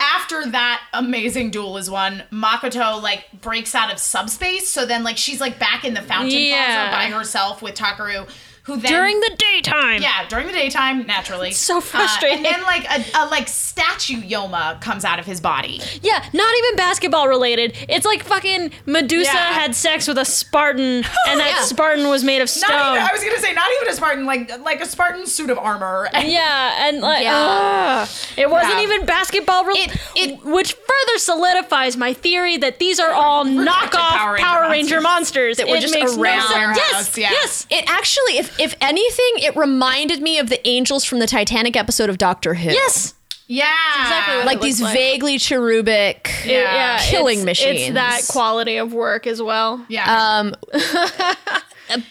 S5: after that amazing duel is won, Makoto like breaks out of subspace. So then like she's like back in the fountain plaza
S6: Yeah.
S5: by herself with Takaru, who then
S6: During the daytime.
S5: Yeah, during the daytime, naturally.
S6: so frustrating.
S5: Uh, and then like a, a like statue Yoma comes out of his body.
S6: Yeah, not even basketball related. It's like fucking Medusa
S5: Yeah.
S6: had sex with a Spartan, and
S5: [LAUGHS]
S6: that
S2: Yeah.
S6: Spartan was made
S5: Not
S6: of stone.
S5: even, I was gonna say not even a Spartan, like like a Spartan suit of armor.
S6: yeah, and like,
S2: Yeah.
S6: ugh. it wasn't
S5: Yeah.
S6: even basketball related, which further solidifies my theory that these are all knockoff
S5: Power
S6: Power
S5: Ranger
S6: Ranger, monsters.
S2: That were
S6: it
S2: just
S6: makes
S2: around
S6: no sense.
S5: warehouse,
S6: Yes,
S5: yeah.
S6: yes.
S2: It actually, if if anything, it reminded me of the angels from the Titanic episode of Doctor Who.
S6: Yes.
S5: Yeah,
S6: exactly what it
S2: like these
S6: looks like.
S2: vaguely cherubic.
S5: Yeah.
S6: it's-
S2: Killing
S6: It's
S2: machines.
S6: that quality of work as well.
S5: yeah.
S2: Um,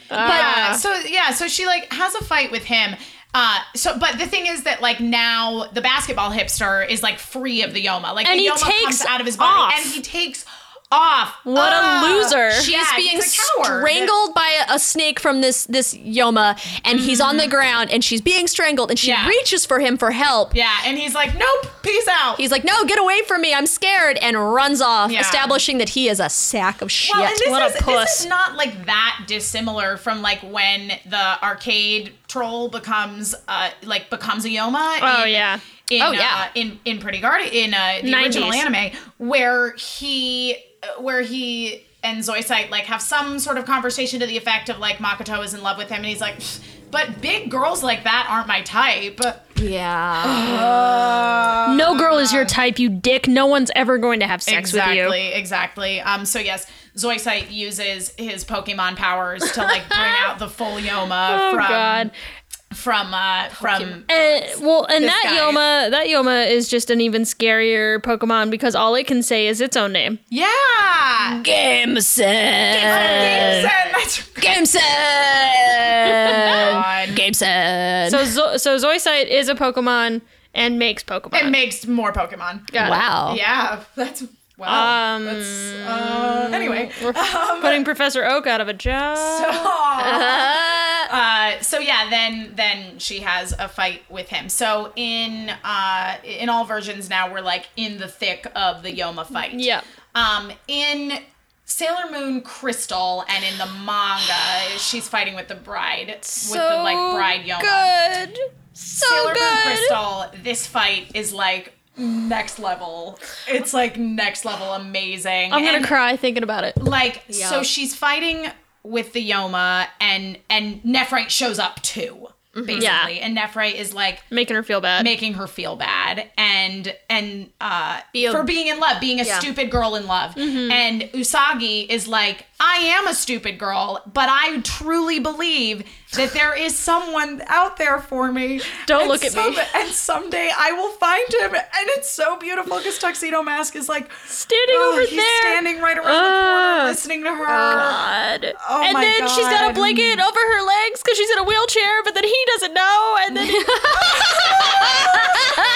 S5: Uh, so yeah, so she like has a fight with him. Uh, so but the thing is that like now the basketball hipster is like free of the Yoma. Like
S6: And
S5: the
S6: he
S5: Yoma
S6: takes
S5: comes out of his body
S6: off.
S5: and he takes off.
S2: What
S5: Uh,
S2: a loser! She
S5: yeah,
S2: is being
S5: he's a coward.
S2: strangled by a, a snake from this this yoma, and he's on the ground, and she's being strangled, and she
S5: Mm-hmm. Yeah.
S2: reaches for him for help.
S5: Yeah, and he's like, nope, peace out.
S2: He's like, "No, get away from me! I'm scared!" and runs off,
S5: Yeah.
S2: establishing that he is a sack of shit.
S5: well, and this
S6: what a
S5: is, This
S6: puss.
S5: is not like that dissimilar from like when the arcade troll becomes uh like becomes a yoma.
S6: Oh,
S5: in-
S6: yeah.
S5: In,
S2: Oh, yeah.
S5: uh, in in Pretty Guardian in uh, the original
S6: 90s.
S5: anime where he uh, where he and Zoisite like have some sort of conversation to the effect of like Makoto is in love with him and he's like, but big girls like that aren't my type. [GASPS]
S2: yeah,
S6: No girl is your type, you dick. No one's ever going to have sex
S5: exactly,
S6: with you.
S5: Exactly, Um, so yes, Zoisite uses his Pokemon powers to like
S6: [LAUGHS]
S5: bring out the full Yoma
S6: Oh
S5: from
S6: god.
S5: from uh from
S6: And, well, and
S5: This
S6: that
S5: guy.
S6: Yoma, that Yoma is just an even scarier Pokemon because all it can say is its own name.
S5: yeah.
S2: game
S5: Gameson,
S2: set,
S5: that's-
S2: game
S5: [LAUGHS]
S2: set,
S5: God.
S2: game set.
S6: So, Zo- so Zoisite is a Pokemon and makes Pokemon.
S5: It makes more Pokemon.
S6: Got it.
S2: wow.
S5: Yeah, that's wow.
S6: Oh. Um,
S5: that's uh, anyway.
S6: We're
S5: Um,
S6: [LAUGHS] putting Professor Oak out of a job.
S5: Uh, so yeah, then then she has a fight with him. So in uh, in all versions now we're like in the thick of the Yoma fight.
S6: Yeah.
S5: Um, in Sailor Moon Crystal and in the manga, she's fighting with the bride with the like bride Yoma.
S6: good. So
S5: Sailor Moon
S6: good.
S5: Crystal, this fight is like next level. It's like next level amazing.
S6: I'm gonna
S5: And-
S6: cry thinking about it.
S5: like so she's fighting with the Yoma and and Nephrite shows up too basically
S6: Mm-hmm. Yeah.
S5: and Nephrite is like
S6: Making her feel bad.
S5: making her feel bad and and uh
S2: a-
S5: for being in love being a stupid girl in love
S6: Mm-hmm.
S5: and Usagi is like I am a stupid girl but I truly believe that there is someone out there for me
S6: Don't
S5: and
S6: look at
S5: some-
S6: me.
S5: and someday I will find him and it's so beautiful cuz Tuxedo Mask is like
S6: Standing
S5: "Oh,
S6: over
S5: he's
S6: there. Ah.
S5: standing right around the corner
S6: Ugh.
S5: listening to her
S6: God.
S5: Oh
S6: and
S5: my
S6: then she's got
S5: God.
S6: a blanket over her legs because she's in a wheelchair, but then he doesn't know. And then. [LAUGHS]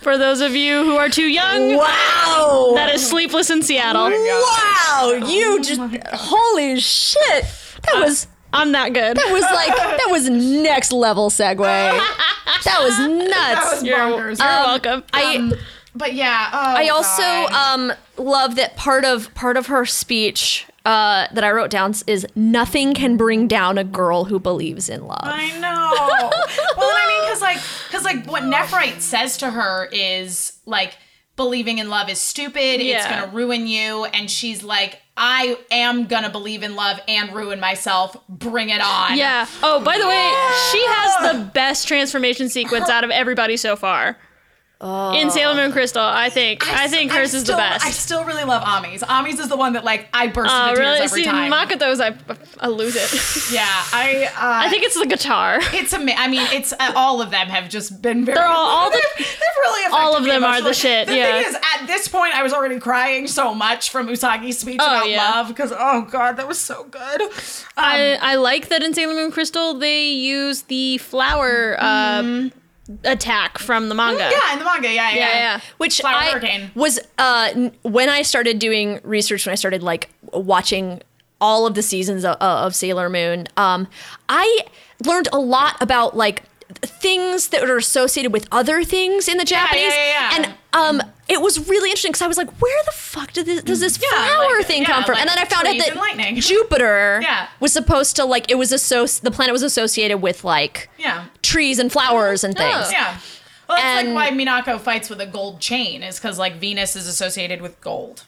S6: For those of you who are too young,
S2: Wow.
S6: that is Sleepless in
S5: Oh
S6: Seattle.
S2: Wow, you just holy shit. That was
S6: I'm not good.
S2: that was like that was next level segue. That was nuts.
S6: You're,
S5: bonkers.
S6: you're welcome.
S2: I
S5: But yeah, oh
S2: I also
S5: God.
S6: uh,
S2: um love that part of part of her speech uh, that I wrote down is nothing can bring down a girl who believes in love.
S5: I know. well, I mean, because like, because like, what Nephrite says to her is like, believing in love is stupid. It's
S6: Yeah.
S5: gonna ruin you. And she's like, I am gonna believe in love and ruin myself. Bring it on.
S6: yeah. Oh, by the way, she has the best transformation sequence out of everybody so far. In Sailor Moon Crystal, I think. I, think hers is
S5: still-
S6: the best.
S5: Oh. I still really love Ami's. Ami's is the one that like I burst
S6: Oh,
S5: into tears
S6: really?
S5: every
S6: See,
S5: time.
S6: Makoto's, I, I
S5: [LAUGHS]
S6: lose it.
S5: yeah, I. Uh,
S6: I think it's the guitar.
S5: it's ama- I mean, it's uh, all of them have just been very.
S6: They're all- all the-
S5: [LAUGHS] they've, they've really affected
S6: all of
S5: me
S6: them are the
S5: emotionally.
S6: shit,
S5: The
S6: yeah.
S5: thing is, at this point, I was already crying so much from Usagi's speech
S6: Oh,
S5: about
S6: yeah.
S5: love because oh god, that was so good. Um,
S6: I, I like that in Sailor Moon Crystal they use the flower uh, attack from the manga.
S5: Mm-hmm. yeah, in the manga, yeah, yeah,
S6: yeah, yeah.
S2: which
S5: Flower
S2: I
S5: Hurricane.
S2: was uh, n- when I started doing research when I started like watching all of the seasons of, of Sailor Moon. Um, I learned a lot about like things that are associated with other things in the Japanese,
S5: yeah, yeah.
S2: and um, it was really interesting because I was like, where the fuck did this, does this flower
S5: like-
S2: thing
S5: yeah,
S2: come from? and
S5: like
S2: then I found out
S5: trees
S2: that
S5: and lightning. [LAUGHS]
S2: Jupiter
S5: Yeah.
S2: was supposed to like it was associ- the planet was associated with like
S5: Yeah.
S2: trees and flowers
S5: Oh,
S2: and things.
S5: Yeah. Well, that's
S2: And-
S5: like why Minako fights with a gold chain is because like Venus is associated with gold.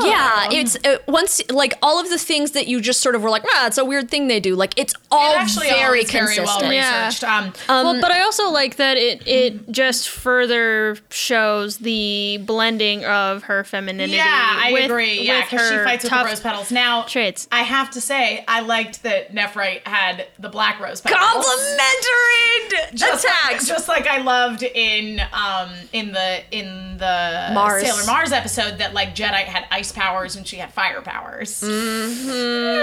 S2: Yeah,
S5: Um,
S2: it's uh, once like all of the things that you just sort of were like, ah, it's a weird thing they do. Like it's all
S5: It actually, all
S2: very
S5: is
S2: consistent.
S5: Very well
S6: Oh, Yeah.
S5: researched. Um,
S6: well, but I also like that it it just further shows the blending of her femininity.
S5: Yeah, I
S6: with,
S5: agree. Yeah,
S6: with
S5: because she
S6: her
S5: fights with the
S6: tough-
S5: rose petals. Now,
S6: traits.
S5: I have to say, I liked that Nephrite had the black rose petals.
S2: Complimentary
S5: Just like-
S2: attacks.
S5: just like I loved in um in the in the
S2: Mars.
S5: Sailor Mars episode that like Jedi Knight had ice powers and she had fire powers.
S2: Mm-hmm.
S5: It,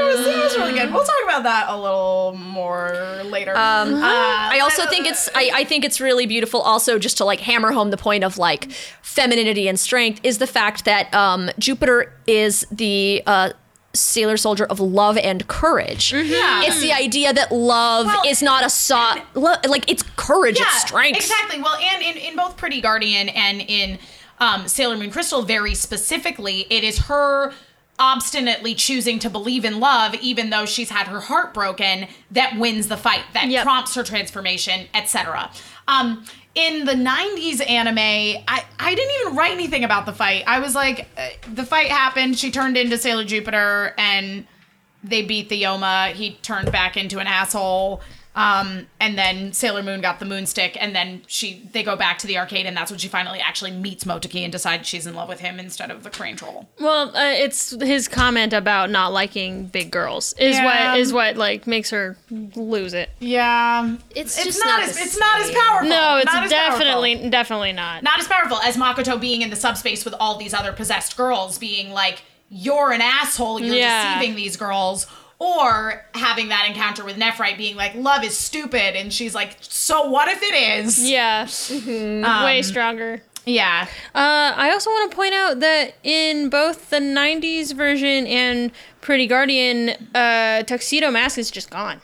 S5: was, it was really good. We'll talk about that a little more later. Um,
S2: I also think it's I, I think it's really beautiful also just to like hammer home the point of like femininity and strength is the fact that um, Jupiter is the uh, sailor soldier of love and courage.
S5: Mm-hmm. Yeah.
S2: It's the idea that love
S5: Well,
S2: is not a saw lo- like it's courage, it's strength.
S5: Exactly. Well, and in, in both Pretty Guardian and in um, Sailor Moon Crystal, very specifically, it is her obstinately choosing to believe in love, even though she's had her heart broken, that wins the fight, that
S6: Yep.
S5: prompts her transformation, etc. Um, in the 90s anime, I, I didn't even write anything about the fight. I was like, uh, the fight happened, she turned into Sailor Jupiter, and they beat the Yoma. He turned back into an asshole. Um, and then Sailor Moon got the Moonstick, and then she they go back to the arcade, and that's when she finally actually meets Motoki and decides she's in love with him instead of the crane troll.
S6: Well, uh, it's his comment about not liking big girls is
S5: Yeah.
S6: what is what like makes her lose it.
S5: Yeah,
S2: It's
S5: it's
S2: just
S5: not
S2: not
S5: as
S2: the
S5: it's not as powerful.
S6: No, it's
S5: Not as
S6: definitely
S5: powerful.
S6: definitely not.
S5: not as powerful as Makoto being in the subspace with all these other possessed girls, being like, "You're an asshole. You're
S6: Yeah.
S5: deceiving these girls." Or having that encounter with Nephrite being like, love is stupid. And she's like, so what if it is?
S6: yeah,
S5: Um,
S6: way stronger.
S5: Yeah.
S6: Uh, I also want to point out that in both the '90s version and Pretty Guardian, uh, Tuxedo Mask is just gone.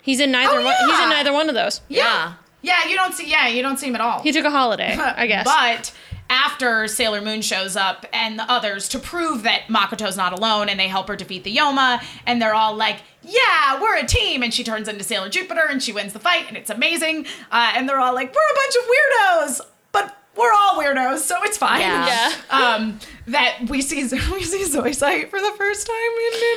S6: He's in neither
S5: Oh,
S6: one. He's
S5: yeah.
S6: in neither one of those.
S5: Yeah. Yeah, you don't see yeah, you don't see him at all.
S6: He took
S2: [LAUGHS]
S6: a holiday, I guess.
S5: But after Sailor Moon shows up and the others to prove that Makoto's not alone and they help her defeat the Yoma and they're all like, "Yeah, we're a team." And she turns into Sailor Jupiter and she wins the fight and it's amazing. Uh, and they're all like, "We're a bunch of weirdos." But we're all weirdos, so it's fine.
S2: Yeah. Yeah.
S5: Um, that we see [LAUGHS] we see Zoisite for the first time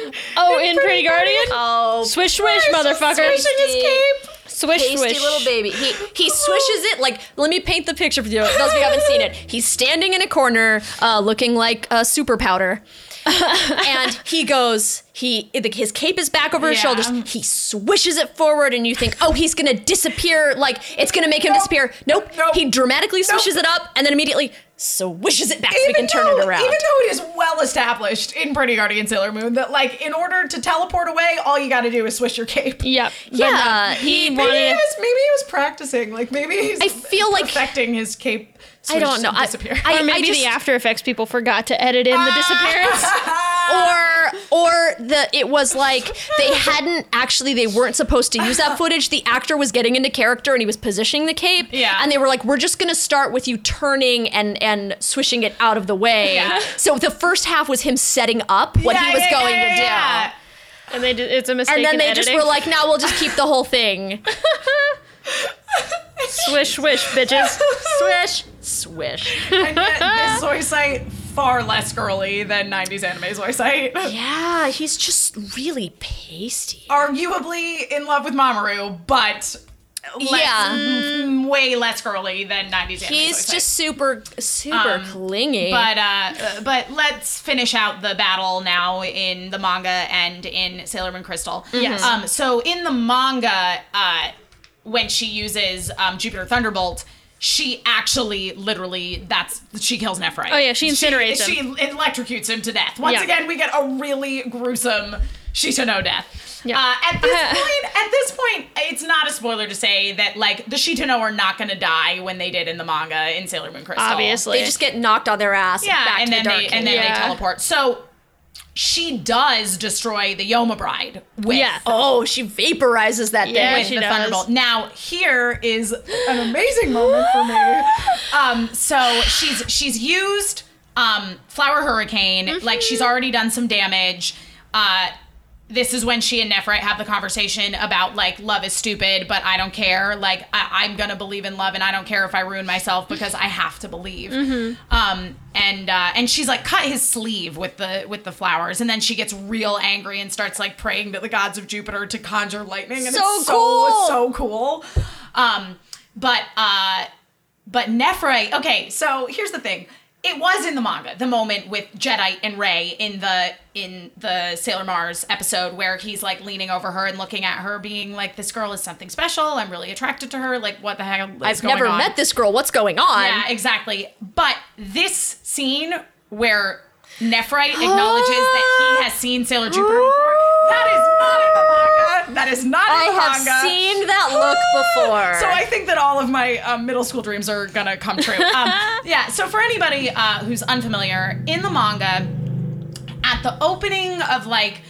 S5: in, in
S6: oh, in Pretty Guardian,
S2: Oh,
S6: swish swish, motherfucker,
S5: swishing his cape.
S6: swish
S2: tasty
S6: swish.
S2: little baby. He
S5: [LAUGHS]
S2: he swishes it like. Let me paint the picture for you, those of you who haven't seen it. He's standing in a corner, uh, looking like a
S5: [LAUGHS]
S2: super powder, and he goes. He the, his cape is back over his
S5: Yeah.
S2: shoulders. He swishes it forward, and you think, oh, he's gonna disappear. Like it's gonna make him disappear. Nope.
S5: Nope.
S2: He dramatically
S5: Nope.
S2: swishes it up, and then immediately swishes it back so we can turn
S5: though,
S2: it around.
S5: Even though it is well established in Pretty Guardian Sailor Moon that, like, in order to teleport away, all you got to do is swish your cape.
S6: Yep. but
S2: Yeah,
S6: no, he,
S2: uh, he-
S5: Maybe he,
S6: wanted.
S5: was, maybe he was practicing. Like, maybe he's
S2: I feel like-
S5: perfecting his cape.
S2: I don't
S5: swish
S2: know.
S5: to
S2: I,
S5: Disappear.
S2: I,
S6: Or
S2: I
S6: maybe
S2: just, Ah.
S6: the After Effects people forgot to edit in the disappearance.
S2: [LAUGHS] or or the it was like they hadn't actually they weren't supposed to use that footage. The actor was getting into character and he was positioning the cape.
S5: Yeah.
S2: And they were like, we're just gonna start with you turning and and swishing it out of the way.
S5: Yeah.
S2: So the first half was him setting up what
S5: Yeah,
S2: he was
S5: yeah,
S2: going
S5: yeah,
S2: to do.
S5: yeah.
S6: and they did, it's a mistake.
S2: And then
S6: in
S2: they
S6: editing.
S2: just were like, now we'll just keep the
S5: [LAUGHS]
S2: whole thing.
S6: swish swish,
S2: [LAUGHS]
S6: bitches.
S2: swish,
S5: [LAUGHS]
S2: swish.
S5: And yet, this Zoisite, far less girly than 90s anime Zoisite.
S2: Yeah, he's just really pasty.
S5: Arguably in love with Mamoru, but less,
S2: Yeah.
S5: mm, way less girly than 90s anime
S2: He's
S5: Zoisite.
S2: just super super clingy.
S5: Um, But uh, uh, but let's finish out the battle now in the manga and in Sailor Moon Crystal. Yes. Um, so in the manga, uh, when she uses um, Jupiter Thunderbolt, she actually literally that's she kills Nephrite.
S6: Oh, yeah, she incinerates
S5: she,
S6: him.
S5: She electrocutes him to death. Once
S6: Yeah.
S5: again, we get a really gruesome Shitano death.
S6: Yeah.
S5: Uh, at
S6: [LAUGHS]
S5: this point, at this point, it's not a spoiler to say that like the Shitano are not going to die when they did in the manga in Sailor Moon Crystal
S6: Obviously.
S2: they just get knocked on their ass.
S5: yeah,
S2: back
S5: and
S2: to
S5: then
S2: the dark
S5: they
S2: kingdom.
S5: and then
S6: Yeah.
S5: they teleport. So she does destroy the Yoma Bride with
S6: yeah.
S2: Oh, she vaporizes that thing.
S6: Yeah,
S5: with
S6: she
S5: the
S6: does.
S5: Thunderbolt. Now here is an amazing moment for me. Um, so she's she's used um, Flower Hurricane. Like she's already done some damage. Uh, this is when she and Nephrite have the conversation about like love is stupid, but I don't care. Like I- I'm gonna believe in love, and I don't care if I ruin myself because I have to believe. Um, and uh, and she's like cut his sleeve with the with the flowers, and then she gets real angry and starts like praying to the gods of Jupiter to conjure lightning. And
S2: So
S5: it's
S2: cool.
S5: so so cool. Um, but uh, but Nephrite. Okay, so here's the thing. It was in the manga, the moment with Jedi and Rey in the in the Sailor Mars episode where he's like leaning over her and looking at her, being like, "This girl is something special. I'm really attracted to her. Like, what the heck is
S2: I've
S5: going
S2: never
S5: on?"
S2: met this girl. What's going on?
S5: Yeah, exactly. But this scene where
S2: [GASPS]
S5: Nephrite acknowledges that he has seen Sailor Jupiter before. That is not in the manga. That is not in
S2: I
S5: the
S2: have
S5: manga.
S2: seen
S5: [GASPS]
S2: that look before.
S5: Ah! So I think that all of my um, middle school dreams are gonna come true. Um, yeah. So for anybody uh, who's unfamiliar, in the manga, at the opening of like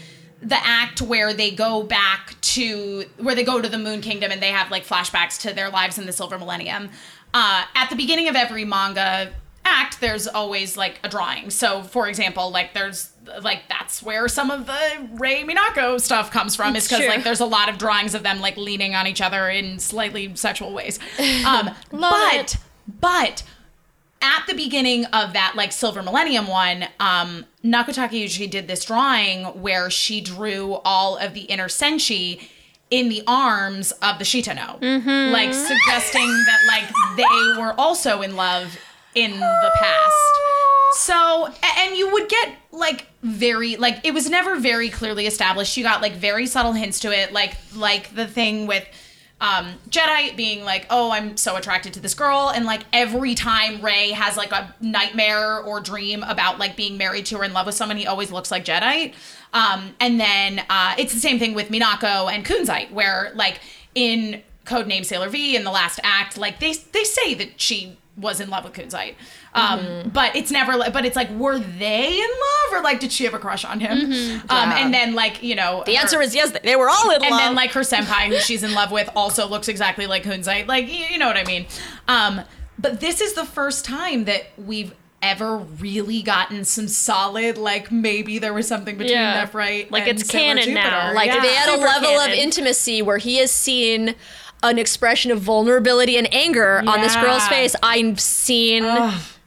S5: the act where they go back to where they go to the Moon Kingdom and they have like flashbacks to their lives in the Silver Millennium. Uh, at the beginning of every manga act, there's always like a drawing. So for example, like there's like that's where some of the Rei Minako stuff comes from is because
S2: Sure.
S5: like there's a lot of drawings of them like leaning on each other in slightly sexual ways. Um, but
S2: it.
S5: but at the beginning of that like silver millennium one um nakataka usually did this drawing where she drew all of the inner senshi in the arms of the shitano like suggesting that like they were also in love in the past so a- and you would get like very like it was never very clearly established you got like very subtle hints to it like like the thing with um, Jedi being like, oh, I'm so attracted to this girl. And like every time Ray has like a nightmare or dream about like being married to or in love with someone, he always looks like Jedi. Um, and then uh, it's the same thing with Minako and Kunzite, where like in Codename Sailor V in the last act, like they they say that she was in love with Kunzite. Um,
S2: Mm-hmm.
S5: but it's never li- but it's like, were they in love or like did she have a crush on him? Um, and then like, you know,
S2: Mm-hmm. the answer is yes. They were all in
S5: and
S2: love.
S5: then like her senpai who she's in love with also looks exactly like Hunzai. Like y- you know what I mean. Um, but this is the first time that we've ever really gotten some solid like maybe there was something between
S6: Yeah.
S5: Nephrite
S6: Like,
S5: and
S6: it's
S5: Sailor
S6: canon now.
S5: Jupiter.
S2: Like
S5: Yeah.
S2: they had a
S6: Super
S2: level of
S6: canon.
S2: intimacy where he has seen an expression of vulnerability and anger on this
S5: Yeah.
S2: girl's face. I've seen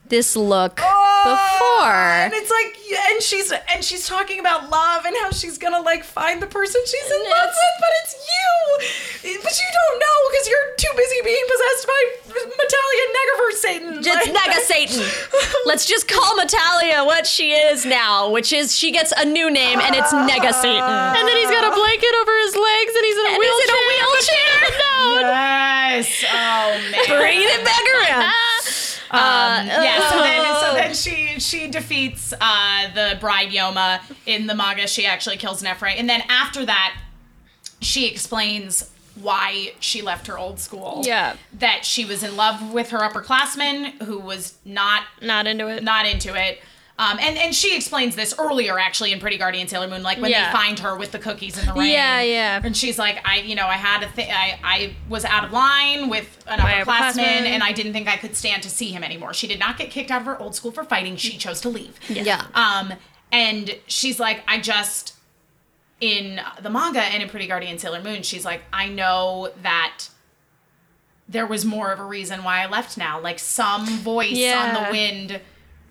S2: this look
S5: Oh, And
S2: before.
S5: it's like, yeah, and she's and she's talking about love and how she's gonna like find the person she's in love with, but it's you. But you don't know because you're too busy being possessed by Metallia Negaver Satan.
S2: It's
S5: Like- [LAUGHS]
S2: Nega Satan. Let's just call Metalia what she is now, which is she gets a new name and it's Nega Satan.
S6: And then he's got a blanket over his legs and he's in a
S2: And
S6: wheelchair.
S2: he's in a wheelchair.
S6: No, [LAUGHS]
S5: Yes. Oh man.
S2: [LAUGHS] Bringing it back around. Uh,
S5: Um, yeah, so then, so then she she defeats uh, the bride Yoma in the manga. She actually kills Nephrite, and then after that, she explains why she left her old school.
S6: Yeah.
S5: that she was in love with her upperclassman, who was not
S6: not into it.
S5: not into it. Um, and and she explains this earlier actually in Pretty Guardian Sailor Moon, like when
S6: Yeah.
S5: they find her with the cookies in the rain.
S6: Yeah, yeah.
S5: And she's like, I you know I had a thing, I I was out of line with an
S6: upperclassman.
S5: upperclassman, and I didn't think I could stand to see him anymore. She did not get kicked out of her old school for fighting. She chose to leave.
S2: Yeah.
S5: Um, and she's like, I just in the manga and in Pretty Guardian Sailor Moon, she's like, I know that there was more of a reason why I left now. Like some voice on
S6: Yeah.
S5: the wind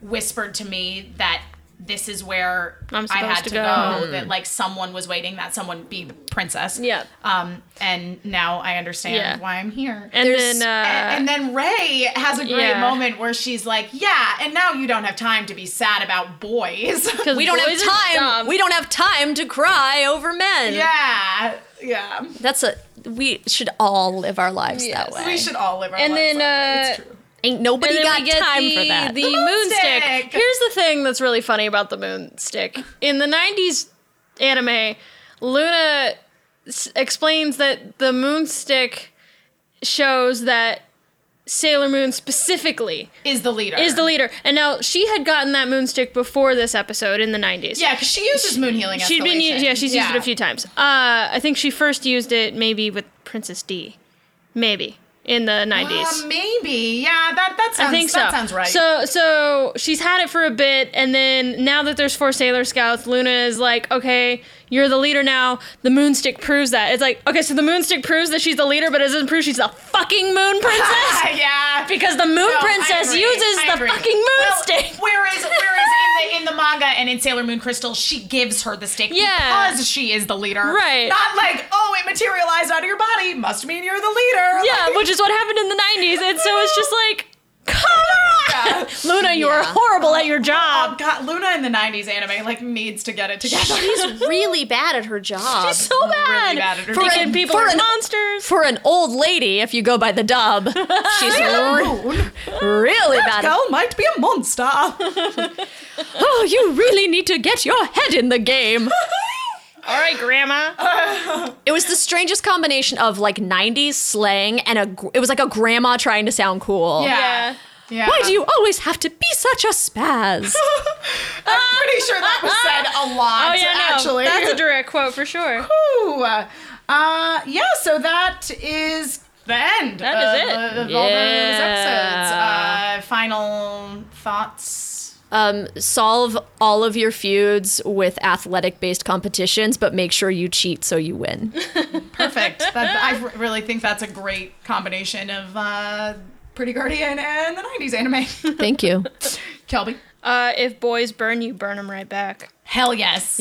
S5: whispered to me that this is where
S6: I'm
S5: I had
S6: supposed
S5: to,
S6: to
S5: go.
S6: go.
S5: That like someone was waiting. That someone be the princess.
S6: Yeah.
S5: Um. And now I understand
S6: Yeah.
S5: why I'm here.
S6: And
S2: There's-
S6: then, uh,
S5: And, and then Ray has a great
S6: Yeah.
S5: moment where she's like, "Yeah, and now you don't have time to be sad about boys." [LAUGHS]
S6: 'cause
S2: We don't have
S6: boys are
S2: time.
S6: dumb.
S2: We don't have time to cry over men.
S5: yeah, yeah.
S2: That's a we should all live our lives that
S6: Yes.
S2: way.
S5: We should all live our
S6: And
S5: lives
S6: then,
S5: that way.
S6: uh,
S5: it's true.
S2: Ain't nobody
S6: And then
S2: got
S6: we get
S2: time
S6: the,
S2: for that.
S6: The, [LAUGHS]
S5: moon
S6: moon stick.
S5: stick.
S6: Here's the thing that's really funny about the moon stick. In the 90s anime, Luna s- explains that the moon stick shows that Sailor Moon specifically
S5: Is the leader
S6: is the leader. And now she had gotten that moon stick before this episode in the 90s.
S5: Yeah, because she uses moon healing.
S6: She'd been
S5: escalation.
S6: u- yeah, she's used it a few times. Uh, I think she first used it maybe with Princess D. Maybe in the 90s.
S5: Uh, maybe. Yeah, that that sounds.
S6: I think so.
S5: That sounds right.
S6: So, so she's had it for a bit, and then now that there's four Sailor Scouts, Luna is like, okay, you're the leader now. The Moonstick proves that. It's like, okay, so the Moonstick proves that she's the leader, but it doesn't prove she's the
S5: [LAUGHS]
S6: fucking
S5: Ah,
S6: Moon
S5: [LAUGHS]
S6: Princess
S5: yeah.
S6: because the Moon
S5: No, I
S6: Princess
S5: agree.
S6: uses
S5: I
S6: the
S5: agree.
S6: fucking
S5: Well, [LAUGHS]
S6: [LAUGHS] Moonstick.
S5: whereas, whereas in the in the manga and in Sailor Moon Crystal, she gives her the stick
S6: Yeah.
S5: because she is the leader.
S6: Right.
S5: Not like oh, it materialized out of your body. Must mean you're the leader.
S6: yeah, which is what happened in the '90s, and so it's just like, come on, [LAUGHS] Luna, you are horrible at your
S5: Oh
S6: job.
S5: God, Luna in the '90s anime like needs to get it together.
S2: She's really bad at her job.
S6: She's so bad.
S5: bad at her
S6: Thinking
S5: job.
S6: people
S2: For
S6: are
S2: an-
S6: monsters.
S2: For an old lady, if you go by the [LAUGHS] dub, she's re- really bad. at-
S5: Girl might be a monster.
S2: oh, you really need to get your head in the game.
S6: All right, Grandma.
S2: It was the strangest combination of like 90s slang and a gr- it was like a grandma trying to sound
S5: [LAUGHS]
S2: cool.
S5: Yeah. Yeah.
S2: Why
S5: [LAUGHS]
S2: do you always have to be such a [LAUGHS] spaz?
S5: I'm pretty sure that was [LAUGHS] said a lot.
S6: Oh yeah, no,
S5: actually.
S6: that's a direct quote for sure.
S5: Ooh. Uh, yeah, so that is the end.
S6: That is
S5: of-
S6: it.
S5: Of, all those
S2: Yeah.
S5: episodes. Uh, final thoughts.
S2: um, solve all of your feuds with athletic-based competitions, but make sure you cheat so you win.
S5: [LAUGHS] Perfect. that, I r- really think that's a great combination of uh, Pretty Guardian and the 90s [LAUGHS] anime.
S2: Thank you.
S5: Kelby.
S6: Uh, if boys burn you, burn them right back.
S5: Hell yes.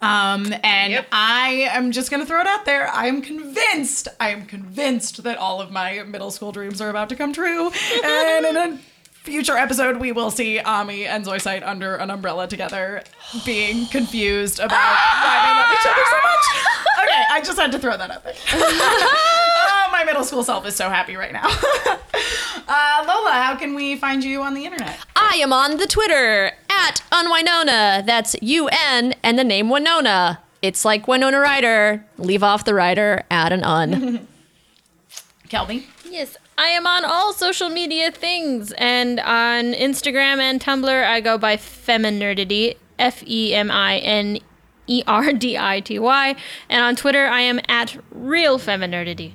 S5: um, and I am just going to throw it out there. I am convinced, I am convinced that all of my middle school dreams are about to come true. And in a future episode, we will see Ami and Zoisite under an umbrella together, being confused about why they love each other so much. Okay, I just had to throw that out there. Oh, my middle school self is so happy right now. [LAUGHS] uh, Lola, how can we find you on the internet?
S2: I am on the Twitter at unwinona. That's U N and the name Winona. It's like Winona Ryder. Leave off the Ryder, add an un.
S5: Kelby.
S6: Yes, I am on all social media things, and on Instagram and Tumblr, I go by Feminerdity, F E M I N E R D I T Y, and on Twitter, I am at Real Feminerdity.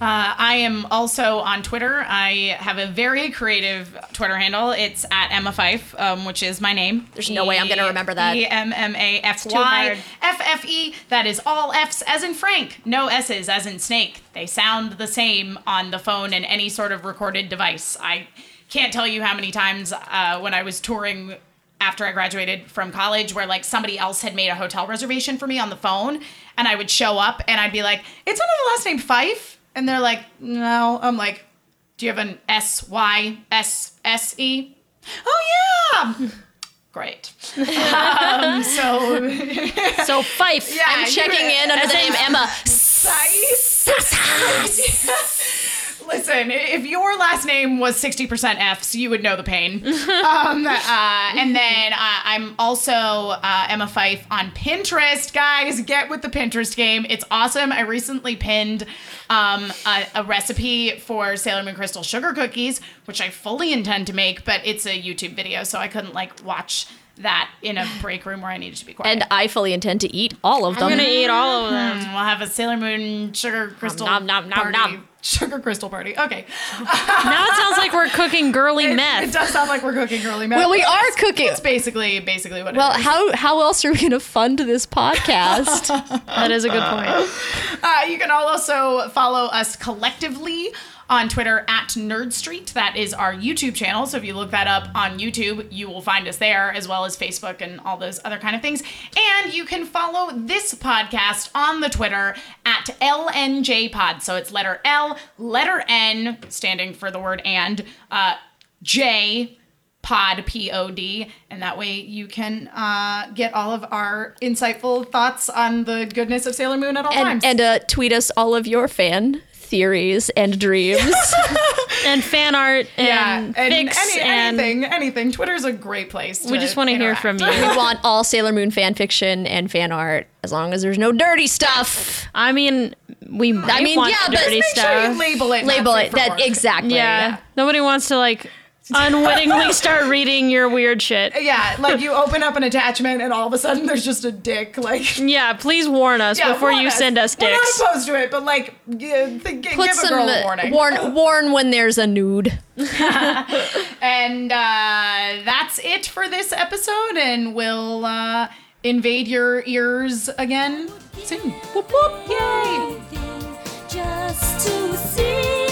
S5: Uh, I am also on Twitter. I have a very creative Twitter handle. It's at Emma Fife, um, which is my name.
S2: There's no way I'm gonna remember that.
S5: E M M A F
S6: too
S5: Y
S6: hard.
S5: F F E. That is all F's as in Frank, no S's as in snake. They sound the same on the phone and any sort of recorded device. I can't tell you how many times uh, when I was touring after I graduated from college where like somebody else had made a hotel reservation for me on the phone and I would show up and I'd be like, it's under the last name Fife. And they're like, no. I'm like, do you have an S Y S S E? Oh, yeah. [LAUGHS] Great. um, so,
S2: [LAUGHS] So Fife, I'm
S5: you-
S2: checking in under the name Emma.
S5: [LAUGHS] Listen, if your last name was 60% F's, you would know the pain. um, uh, and then uh, I'm also uh, Emma Fife on Pinterest. Guys, get with the Pinterest game. It's awesome. I recently pinned um, a, a recipe for Sailor Moon Crystal sugar cookies, which I fully intend to make, but it's a YouTube video, so I couldn't like watch that in a break room where I needed to be quiet.
S2: And I fully intend to eat all of them.
S6: I'm gonna eat all of them.
S5: Mm, We'll have a Sailor Moon sugar crystal
S2: nom, nom, nom,
S5: party.
S2: nom.
S5: Sugar crystal party. Okay.
S6: Now it sounds like we're cooking girly
S5: It, it
S6: meth.
S5: does sound like we're cooking girly meth.
S2: well, we are cooking.
S5: It's basically basically what.
S2: Well,
S5: it is.
S2: how how else are we gonna fund this podcast?
S6: That is a good point.
S5: Uh, you can all also follow us collectively on Twitter at Nerd Street. That is our YouTube channel. So if you look that up on YouTube, you will find us there, as well as Facebook and all those other kind of things. And you can follow this podcast on the Twitter at LNJ Pod. So it's letter L, letter N, standing for the word and, uh, J. Pod P O D, and that way you can uh, get all of our insightful thoughts on the goodness of Sailor Moon at all times.
S2: and and uh, tweet us all of your fan theories and dreams.
S6: And fan art and fix and
S5: anything, anything. Twitter's a great place.
S6: we just want to hear from you.
S2: we want all Sailor Moon fan fiction and fan art, as long as there's no dirty stuff.
S6: I mean, we might
S2: mean,
S6: want
S2: yeah, but-
S6: dirty
S2: Just
S5: Make sure
S6: stuff.
S5: you label it. not
S2: Label
S5: free
S2: it
S5: for
S2: that
S5: work.
S2: exactly.
S6: Yeah. Nobody wants to like unwittingly start reading your weird shit.
S5: [LAUGHS] Yeah, like you open up an attachment and all of a sudden there's just a dick. Like
S6: Yeah, please warn us
S5: [LAUGHS] Yeah,
S6: before
S5: warn
S6: you
S5: us.
S6: send us
S5: We're
S6: dicks.
S5: not opposed to it, but like yeah, think, give
S2: Put
S5: a
S2: some
S5: girl
S2: uh,
S5: a warning.
S2: warn warn when there's a nude.
S5: and uh, that's it for this episode, and we'll uh, invade your ears again soon. Whoop whoop! Yay!
S3: Just to see